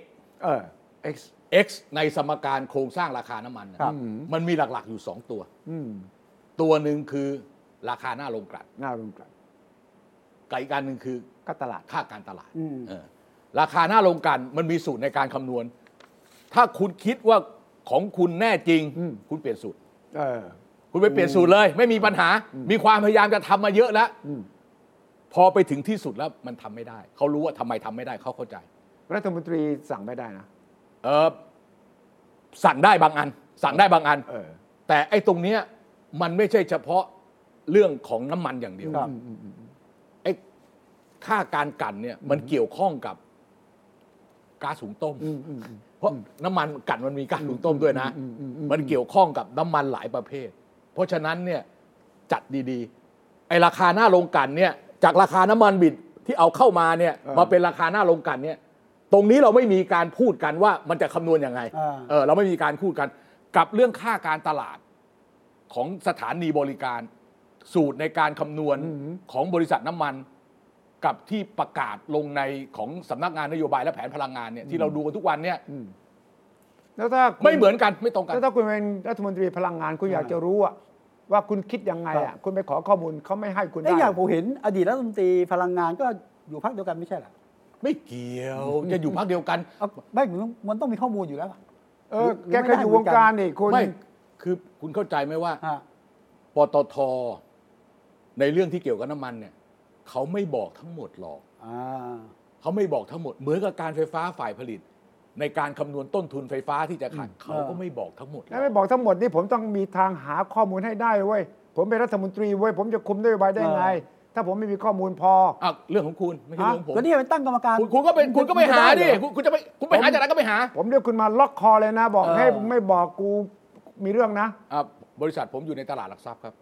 x
เออ X
x ในสมการโครงสร้างราคาน้ำมันน่ะ
ครับ
มันมีหลักๆอยู่สองตัว
อืม
ตัวหนึ่งคือราคาหน้าโรงกลั่น
น่ารุนแรง
กับอีกการหนึ่งคือ
ก็ตลาด
ค่าการตลาด
อืม
เออราคาหน้าโรงกลั่นมันมีสูตรในการคำนวณ ถ้าคุณคิดว่าของคุณแน่จริง
อืม
คุณเปลี่ยนสูตร
เออ
คุณไปเปลี่ยนสูตรเลย ไม่มีปัญหา มีความพยายามจะทำมาเยอะแล้ว
อืม
พอไปถึงที่สุดแล้วมันทำไม่ได้ เขารู้ว่าทำไมทำไม่ได้เขาเข้าใจ
รัฐมนตรีสั่งไม่ได้นะ
เออสั่งได้บางอัน สั่งได้บางอัน
เออ
แต่ไอ้ตรงเนี้ยมันไม่ใช่เฉพาะเรื่องของน้ำมันอย่างเดียว
ครับ
ไอ้ค่าการกลันเนี่ยมันเกี่ยวข้องกับก๊าซหุงต้ม เพ ราะน้ำมันกันมันมีการหุงต้มด้วยนะ มันเกี่ยวข้องกับน้ำมันหลายประเภท เพราะฉะนั้นเนี่ยจัดดีๆ ไอราคาหน้าโรงกลันเนี่ยจากราคาน้ำมันบิดที่เอาเข้ามาเนี่ย
เออ
มาเป็นราคาหน้าโรงกลันเนี่ยตรงนี้เราไม่มีการพูดกันว่ามันจะคำนวณยังไง
อ่า
เออเราไม่มีการพูดกันกับเรื่องค่าการตลาดของสถานีบริการ สูตรในการคำนวณของบริษัทน้ำมัน กับที่ประกาศลงในของสำนักงานนโยบายและแผนพลังงานเนี่ยที่เราดูกันทุกวันเนี่ย
แล้วถ้าคุณ
ไม่เหมือนกันไม่ตรงกัน
แล้วถ้าคุณเป็นรัฐมนตรีพลังงานคุณอยากจะรู้อะว่าคุณคิดยังไง
ครั
อะ
บ
คุณไปขอข้อมูลเขาไม่ให้คุณ
ไอ้
ได้
ยอย่างผมเห็นอดีตรัฐมนตรีพลังงานก็อยู่พักเดียวกันไม่ใช่เหรอ
ไม่เกี่ยว จะอยู่พักเดียวกัน
เอาไม่มันต้องมันต้องมีข้อมูลอยู่แล้วป่ะ
เออ
หรือ
แกเคยอยู่
ไม่ได้เหมือ
วง
นกัน
การนี่คุณ
ไม่ คือคุณเข้าใจไหมว่า
อ่า
ปตท ในเรื่องที่เกี่ยวกับน้ำมันเนี่ยเขาไม่บอกทั้งหมดหรอก
อ่า
เขาไม่บอกทั้งหมด เหมือนกับการไฟฟ้าฝ่ายผลิต ในการคำนวณต้นทุนไฟฟ้าที่จะขาดเขาก็ไม่บอกทั้งหมดหรอก
แล้วไม่บอกทั้งหมดนี่ผมต้องมีทางหาข้อมูลให้ได้เว้ย ผมเป็นรัฐมนตรีเว้ย ผมจะคุมนโยบายได้ไง
เออ
ถ้าผมไม่มีข้อมูลพอ
อ่ะเรื่องของคุณไม่ใช่เรื่องของผม
ก็นี่เป็นตั้งกรรมการ
คุณคุณก็เป็นคุณก็ไปหาดิคุณคุณจะไปคุณไปหา
ผม
จากไหนก็ไปหา
ผมเรียกคุณมาล็อกคอเลยนะ บอก
เออ
ให้ไม่บอกกูมีเรื่องนะ
อ่ะบริษัทผมอยู่ในตลาดหลักทรัพย์ครับ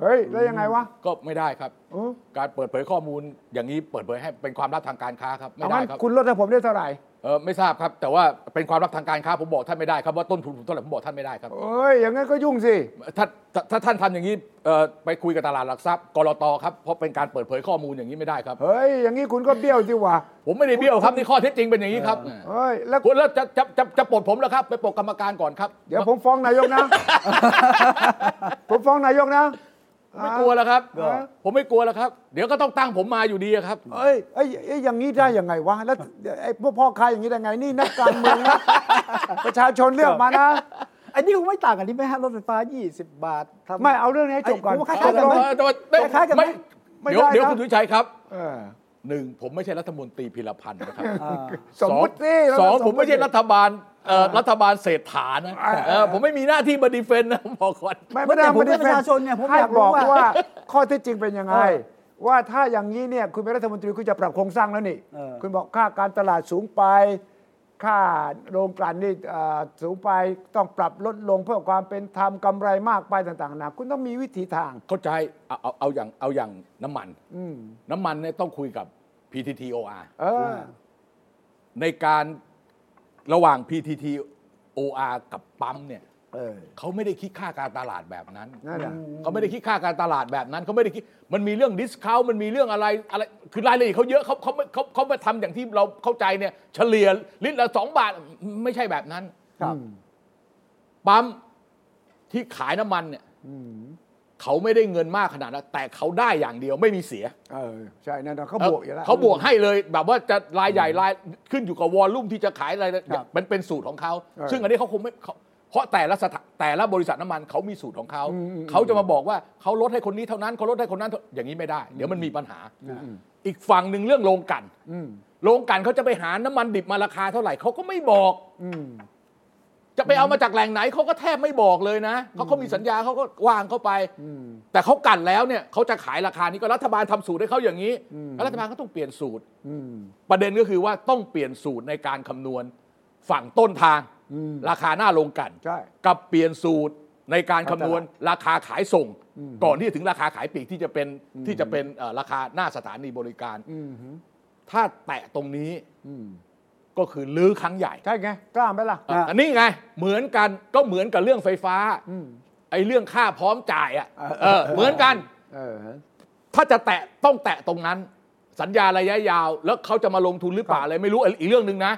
เฮ้ย แล้วยังไงวะ
ก็ไม่ได้ครับ
เออ
การเปิดเผยข้อมูลอย่างนี้เปิดเผยให้เป็นความลับทางการค้าครับไม่
เอา
ได้
งั้น
ครับ
คุณลดให้ผมได้เท่าไหร่
เออไม่ทราบครับ แต่ว่าเป็นความลับทางการค้าผมบอกท่านไม่ได้ครับว่าต้นทุนผมเท่าไหร่ผมบอกท่านไม่ได้ครับ
เอ้ย อย่างงั้นก็ยุ่งสิ
ถ้าถ้าถ้าท่านทำอย่างนี้เอ่อไปคุยกับตลาดหลักทรัพย์กรตครับเพราะเป็นการเปิดเผยข้อมูลอย่างนี้ไม่ได้ครับ
เฮ้ย อย่างงี้คุณก็เบี้ยวสิวะ
ผมไม่ได้เบี้ยวครับนี่ข้อเท็จจริงเป็นอย่างนี้ครับ
เฮ้ย แล้ว
คุณแล้วจะจะจะจะปลดผมแล้วครับ ไปปลดกรรมการก่อนครับ
เดี๋ยวผมฟ้องนายกนะ ผมฟ้องนายกนะ
ไม่กลัวแล้วครับ
เออ
ผมไม่กลัวแล้วครับ เดี๋ยวก็ต้องตั้งผมมาอยู่ดีอะครับ
เอ้ยเอ้ยเอ้ยอย่างนี้ได้ยังไงวะ แล้วไอ้พวกพ่อค้าอย่างนี้ได้ไง นี่นักการเมืองนะ ประชาชนเลือกมานะ
อันนี้คงไม่ต่างกันที่ไหมฮะรถไฟฟ้า 20 บาททำ
ไม่เอาเรื่องนี้ให้จบก่อน
ไอ้ผมว่าคล้ายๆ
ต
กั
เอา
ก
นนะ
ลง
แต่ว่าแต่ว่าไม่
คล้ายๆกันไหม
ไม่
ไม่
เดี๋ยว
ได้นะ
เดี๋ยวคุณสุชัยครับ
เออ
หนึ่งผมไม่ใช่รัฐมนตรีพิรพันธ์นะครับ
อ่า
สมมติสิ
สองผม
ติ
ไม่ใช่รัฐบาลเอ่อรัฐบาลเศรษฐานะเออผมไม่มีหน้าที่มาดีเฟนต์นะ ผมบอกก่อน
ไม่ไม่ได้
ผมเป็น
ไได้
ประชาชนเนี่ยผม
ให้
อยากรู้
บอก
ว่า
ว่า ข้อเท็จจริงเป็นยังไง
เออ
ว่าถ้าอย่างนี้เนี่ยคุณเป็นรัฐมนตรีคุณจะปรับโครงสร้างแล้วนี่
เออ
คุณบอกค่าการตลาดสูงไป ค่าโรงกลั่นนี่เอ่อสูงไปต้องปรับลดลงเพื่อความเป็นธรรมกำไรมากไปต่างๆนานาคุณต้องมีวิธีทาง
เข้าใจเอาเอาเอาอย่างเอาอย่างน้ำมัน
อืม
น้ำมันเนี่ยต้องคุยกับ PTTOR
เออ
ในการระหว่าง PTTOR กับปั๊มเนี่ย
เออ
เขาไม่ได้คิดค่าการตลาดแบบนั้น
นั่นน่ะ
เขาไม่ได้คิดค่าการตลาดแบบนั้นเขาไม่ได้คิดมันมีเรื่องดิสคาวมันมีเรื่องอะไรอะไรคือรายละเอียดเขาเยอะเขาเขาไม่เขาเขามาทำอย่างที่เราเข้าใจเนี่ย เฉลี่ยลิตรละสองบาทไม่ใช่แบบนั้น
ครับ
ปั๊มที่ขายน้ำมันเนี่ยเขาไม่ได้เงินมากขนาดนั้นแต่เขาได้อย่างเดียวไม่มีเสีย
เออ ใช่นั่นน่ะเขาบวกอยู่แล้ว
เขาบวกให้เลย แบบว่าจะรายใหญ่รายขึ้นอยู่กับวอลลุ่มที่จะขายอะไร
ครับ
มันเป็นสูตรของเขา
เออ
ซึ่งอันนี้เขาคงไม่เขาเพราะแต่ละสถาแต่ละบริษัทน้ำมันเขามีสูตรของเขา เขาจะมาบอกว่าเขาลดให้คนนี้เท่านั้นเขาลดให้คนนั้นเท่าอย่างนี้ไม่ได้ เดี๋ยวมันมีปัญหา อีกฝั่งหนึ่งเรื่องโรงกลัน
อืม
โรงกลันเขาจะไปหาน้ำมันดิบมาราคาเท่าไหร่เขาก็ไม่บอก
อืม
จะไปเอามาจากแหล่งไหนเขาก็แทบไม่บอกเลยนะเขาก็มีสัญญาเขาก็วางเข้าไป
อืม
แต่เขากลันแล้วเนี่ยเขาจะขายราคานี้ก็รัฐบาลทำสูตรให้เขาอย่างนี้แล้วรัฐบาลก็ต้องเปลี่ยนสูตร
อืม
ประเด็นก็คือว่าต้องเปลี่ยนสูตรในการคำนวณฝั่งต้นทาง
อืม
ราคาหน้าโรงกลัน
ใช่
กับเปลี่ยนสูตรในการ
ครับ
คำนวณราคาขายส่ง ก่อนที่จะถึงราคาขายปลีกที่จะเป็นที่จะเป็นเอ่อราคาหน้าสถานีบริการ
อืมฮึ
ถ้าแตะตรงนี้
อืม
ก็คือลื้อครั้งใหญ่
ใช่ไงกล้าไหมล่ะ
อ่ะอันนี้ไงเหมือนกันก็เหมือนกับเรื่องไฟฟ้า
อืม
ไอ้เรื่องค่าพร้อมจ่ายอ่ะ
เออ
เออเหมือนกัน
เออฮะ
ถ้าจะแตะต้องแตะตรงนั้น สัญญาระยะยาว แล้วเขาจะมาลงทุนหรือเปล่าอะไรไม่รู้อีกอีกเรื่องหนึ่งนะ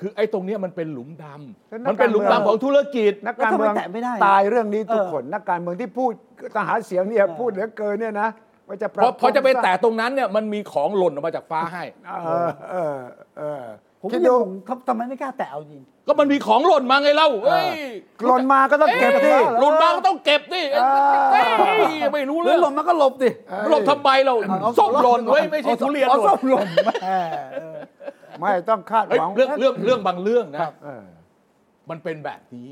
คือไอ้ตรงเนี้ยมันเป็นหลุมด
แล้วนัก
ำมันเป็นหลุมดำของธุรกิจ
นักการเมือง
แล้วทำไมแตะไม่ได้
ตายเรื่องนี้ทุก
เออ
คน นักการเมืองที่พูดทหารเสียงเนี่ยพูดเหลือเกินเนี่ยนะว่าจะป
พ
รับ
อพอจะไปแตะตรงนั้นเนี่ยมันมีของหล่นออกมาจากฟ้าให้
เออเออเออ
ผม
คิ
ยั
ด
ง
ดู
งงครับทำไมไม่กล้าแตะเอาจริง
ก็มันมีของหล่นมาไงเล่าเอ้ย
หล่นมาก็ต้องเก็บที่
เอ้ยหล่นมาก็ต้องเก็บดิเอ้ย
เออ
เอ้ยไม่รู้
หรื
เรื่
อ
อง
หลบมันก็หลบดิ
หลบทำไมเราส้มหล่นไว้ยไม่ใช่
อา
ทุเรียน
อา
ห
ส้
ล่น
มหล่น
ไม่ต้องคาดห
เอ้ย
วัง
เรื่องเรื่องเรื่องบางเรื่องนะ
เออ
มันเป็นแบบนี้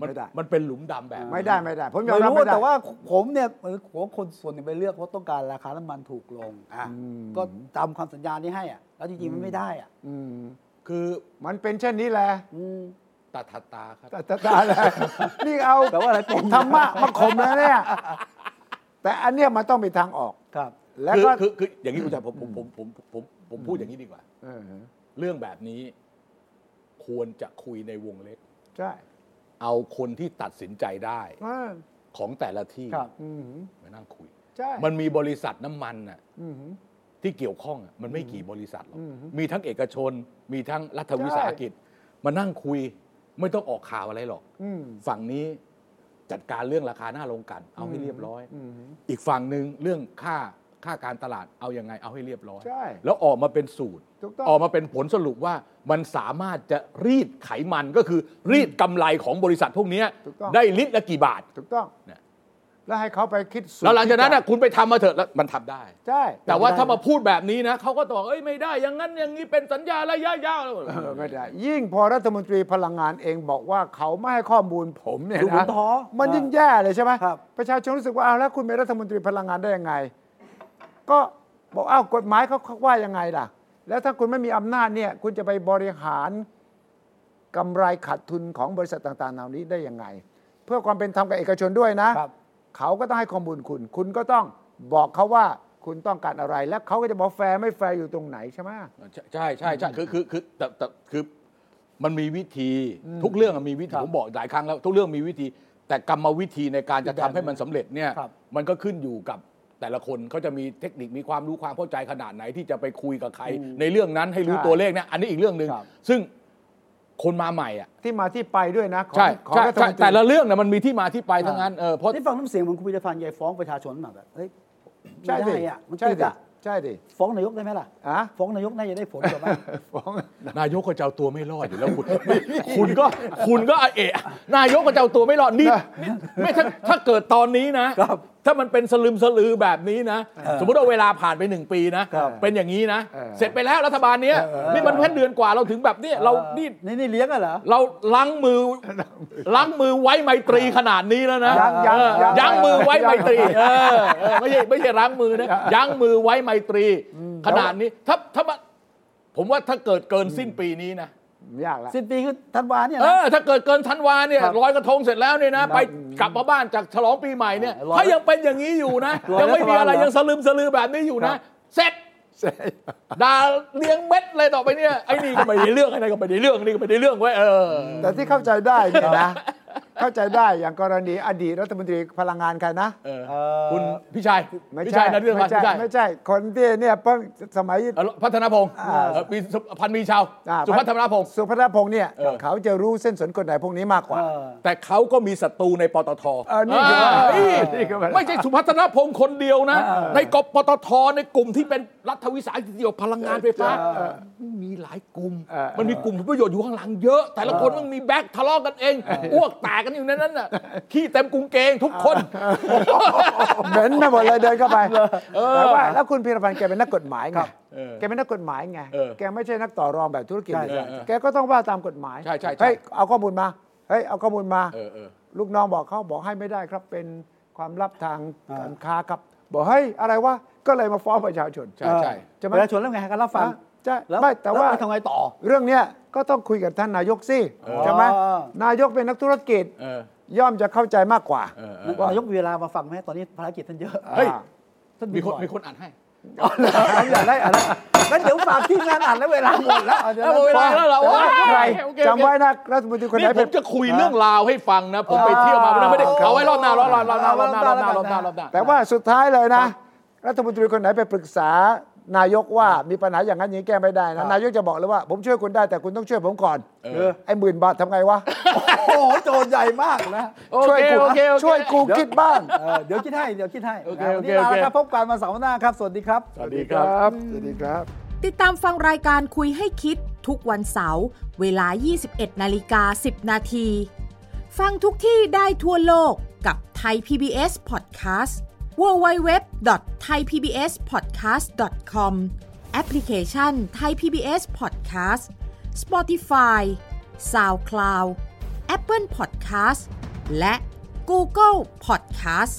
มัน
ไม่ได้
มันเป็นหลุมดำแบบนี้
ไม่ได้ไม่ได้ ผมยอม
ไม่
รับ
รู้
ไม่ได้
แต่ว่าผมเนี่ยเออผมว่าคนส่วนหนึ่งไปเลือกเพราะต้องการราคาน้ำมันถูกลงอ่ะ
อืม
ก็จำคำสัญญานี้ให้อ่ะแล้วจริงๆมันไม่ได้อ่ะ
อืม
คือ
มันเป็นเช่นนี้แหละ
ตัดถัดตาครับ
แต่ตาแหละนี่เอา
แปลว่าอะไรปม
ธรรมะมาข่มแล้วเนี่ยแต่อันเนี้ยมันต้องมีทางออก
ครับ
แล้ว
คือ
ก็
คือคืออย่างนี้คุณชายผมผมผมผมผมผมพูดอย่างนี้ดีกว่า
เออ
เรื่องแบบนี้ควรจะคุยในวงเล็ก
ใช่
เอาคนที่ตัดสินใจได้
เออ
ของแต่ละที่
ครับ
อืม
มานั่งคุย
ใช่
มันมีบริษัทน้ำมันน่ะ
อืม
ที่เกี่ยวข้องอะมันไม่กี่บริษัทหรอก
อืม
มีทั้งเอกชน มีทั้งรัฐวิสาหกิจ มานั่งคุยไม่ต้องออกข่าวอะไรหรอก
อืม
ฝั่งนี้จัดการเรื่องราคาหน้าโรงกลันเอาให้เรียบร้อย
อืม
อีกฝั่งหนึ่งเรื่องค่าค่าการตลาดเอายังไงเอาให้เรียบร้อย
ใช่
แล้วออกมาเป็นสูตร
ถูกต้อง
ออกมาเป็นผลสรุปว่ามันสามารถจะรีดไขมันก็คือรีดกำไรของบริษัทพวกเนี้ย
ถูกต้อง
ได้ลิตรละกี่บาท
ถูกต้อง
เนี่ย
แล้วให้เขาไปคิดสูตร
แล้วหลังจากนั้นน่ะคุณไปทำมาเถอะแล้วมันทำได้
ใช่
แต่ว่าถ้ามาพูดแบบนี้นะเขาก็ตอบเอ้ยไม่ได้อย่างนั้นอย่างนี้เป็นสัญญาระยะยาว
เออไม่ได้ ยิ่งพอรัฐมนตรีพลังงานเองบอกว่าเขาไม่ให้ข้อมูลผมเนี่ย
ดูผ
นะ
มท้อ
มันยิ่งแย่เลยใช่ไหม
ครับ
ประชาชนรู้สึกว่าอ้าวแล้วคุณเป็นรัฐมนตรีพลังงานได้ยังไง ก็บอกอ้าวกฎหมายเขาเขาว่ายังไงล่ะ แล้วถ้าคุณไม่มีอำนาจเนี่ยคุณจะไปบริหารกำไรขาดทุนของบริษัทต่างๆเหล่านี้ได้ยังไง เพื่อความเป็นธรรมกับเอกชนด้วยนะ
ครับ
เขาก็ต้องให้ข้อมูลคุณ คุณก็ต้องบอกเขาว่าคุณต้องการอะไร แล้วเขาก็จะบอกแฟร์ไม่แฟร์อยู่ตรงไหนใช่ไหม
ใช่ใช่ใช่คือคือคือแต่แต่คือมันมีวิธีทุกเรื่องอะมีวิธีผมบอกหลายครั้งแล้ว ทุกเรื่องมีวิธี แต่กรรมวิธีในการจะทำให้มันสำเร็จเนี่ย
ครับ
มันก็ขึ้นอยู่กับแต่ละคนเขาจะมีเทคนิคมีความรู้ความเข้าใจขนาดไหนที่จะไปคุยกับใคร ในเรื่องนั้นให้รู้
ใช่
ตัวเลขเนี่ยอันนี้อีกเรื่องหนึ่ง
ครับ
ซึ่งคนมาใหม่อ่ะ
ที่มาที่ไปด้วยนะ ของ
ใช่
ของ
ใช่
รัฐ
ใช่
มนตรี
แต่ละเรื่องเนี่ยมันมีที่มาที่ไปทั้งนั้นเออเพราะ
นี่ฟังน้ำเสียงของคุณพิธภัณฑ์ยายฟ้องประชาชนมาแบบเฮ้ยไม่
ใช่ดิ
ได้อ่ะมัน
ใช่
ติด
ดิ
อ่ะ
ใช่ดิ
ฟ้องนายกได้ไหมล่ะ
อะ
ฟ้องนายกน่าจะได้ผลกว่าบ้าง
ฟ้อง
นายกก็จะเอาตัวไม่รอดอยู่แล้วคุณ คุณก็คุณก็เอะนายกก็จะเอาตัวไม่รอดนี่นี่ไม่ถ้าถ้าเกิดตอนนี้นะ
ครับ
ถ้ามันเป็นสลึมสลือแบบนี้นะ สมมติว่าเวลาผ่านไปหนึ่งปีนะ
ครับ
เป็นอย่างนี้นะ เสร็จไปแล้วรัฐบาลเนี้ยนี่มันแค่เดือนกว่าเราถึงแบบเนี้ยเรานี่
นี่นี่เลี้ยงอะเหรอ
เราล้างมือล้างมือไว้ไมตรีขนาดนี้แล้วนะ
ยังยัง
เออยั้งมือไว้ไมตรีเออเออไม่ใช่ไม่ใช่รั้างมือนะยั้งมือไว้ไมตรี ขนาดนี้ถ้าถ้ามันผมว่าถ้าเกิดเกินสิ้นปีนี้นะ
ยากละ
สิบปีคือธันวาเนี่ย
เอ
นะ
อถ้าเกิดเกินธันวาเนี่ย
ครับ
ลอยกระทงเสร็จแล้วเนี่ยนะ ไปกลับมาบ้านจากฉลองปีใหม่เนี่ย
เออร้อย
ถ้ายังเป็นอย่างนี้อยู่นะ
ร้อย
ยังไม่มีอะไร
กว่าวันเหรอ
ยังสลืมสลือแบบนี้อยู่นะ เสร็จ
ใช่
ด่าเลี้ยงเม็ดเลยต่อไปเนี่ยไอ้นี่ก็ไม่ได้เรื่องไอ้นั่นก็ไม่ได้เรื่องไอ้นี่ก็ไม่ได้เรื่องไว้ยเออ
แต่ที่เข้าใจได้เนี่ยนะ เข้าใจได้อย่างกรณีอดีตรัฐมนตรีพลังงานใครนะ
เออ
เอ่อ
คุณพี่ชาย
ไม่
พี่
ใช่
ชายนะเรื่อง
ไม่ใช่
พี่ชาย
ไม่ใช่คนที่เนี่ยเพิ่งสมัย
เอ่อพัฒนาพงศ์เอ่อปีสุพันธ์มีชาว
อ่า
สุพัฒนาพงศ์
สุพัฒนพงษ์เนี่ย
เออ
เขาจะรู้เส้นสนกฎหมายพวกนี้มากกว่า
เออ
แต่เขาก็มีศัตรูในปตท
เออนี่คือ
เ
ว่า
นี่
นี่คือว่า
ไม่ใช่สุพัฒนาพงศ์คนเดียวนะ ในกปตทในกลุ่มที่เป็นรัฐวิสาหกิจเกี่ยวกับพลังงานไฟฟ้ามีหลายกลุ่ม มันมีกลุ่มผลประโยชน์อยู่ข้างหลังเยอะ แต่ละคนมันมีแบ็คทะเลาะกันเอง อ้วกแตกกันอยู่ในนั้นน่ะขี้เต็มกรุงเกงทุกคน
เหม็นไปหมดเลยเดินเข้าไปแต่ว่าแล้วคุณพีรพันธ์แกเป็นนักกฎหมายไง
เออ
แกเป็นนักกฎหมายไง
เออ
แกไม่ใช่นักต่อรองแบบธุรกิจ
ใช่
ดิ
ใช่ใช่
แกก็ต้องว่าตามกฎหมาย
ใช่ใช่ใช่
เฮ้ยเอาข้อมูลมาเฮ้ยเอาข้อมูลมา
เออเออ
ลูกน้องบอกเขาบอกให้ไม่ได้ครับเป็นความลับทางการค้าครับ บอกเฮ้ยอะไรวะก็เลยมาฟ้องประชาชน
ใช่ใช่
ใช่ไหม
ประชาชนแล้วไงก็รับฟัง
อ่ะใช่
แล้ว
ไม่แต่ว่า
ล้ทำไงต่อ
เรื่องเนี้ยก็ต้องคุยกับท่านนายกสิใช่ไหม
อ๋อ
นายกเป็นนักธุรกิจ
เออย่
อมจะเข้าใจมากกว่า
เออเออ
นายกมีเวลามาฟังไหมตอนนี้ภารกิจท่านเยอะ
เฮ้ย
ท่าน
มีคน
บ่อย
มีคนอ่านให้
อยากได้อะไรงั้นเดี๋ยวฝากที่งานอ่านแล้วเวลาหมดแล้วเอาเดี๋ยว
เอาหมดเวลาแล้วเหรอ
ดี๋ย
โอ๊ย
ใคร
โอเค
จำไว้นะรัฐมนตรีคนไหน
นี่ผ
เป็น
มจะคุยเรื่องราวให้ฟังนะ ผมไปเที่ยวมาวันนั้นไม่ได้เอาไว้รอบหน้ารอบหน้ารอบหน้ารอบหน้ารอบหน้ารอบหน้ารอบหน้า
แต่ว่าสุดท้ายเลยนะ รัฐมนตรีคนไหนไปปรึกษานายกว่ามีปัญหาอย่างนั้นอย่างนี้แก้ไม่ได้นะนายกจะบอกเลยว่า ผมช่วยคุณได้แต่คุณต้องช่วยผมก่อน
เออ
ไอ้หมื่นบาททำไงวะ
โอ้โหโจทย์ใหญ่มากนะ
โอ
ช่วย
เค
กู
โอเคโอเค
ช่วยกูคิดบ้าง
เออเดี๋ยวคิดให้ เดี๋ยวคิดให้
โอเค
นะ
โอ
วัน
เค
นี้ลา
โอเค
แล้วครับพบกันวันเสาร์หน้าครับ สวัสดีครับ
สวัสดีครับ
สวัสดีครับ
ติดตามฟังรายการคุยให้คิดทุกวันเสาร์เวลา 21 นาฬิกา 10 นาที ฟังทุกที่ได้ทั่วโลกกับ ไทย PBS Podcast www.thaipbspodcast.com แอปพลิเคชัน ไทย PBS Podcast Spotify SoundCloud Apple Podcast และ Google Podcast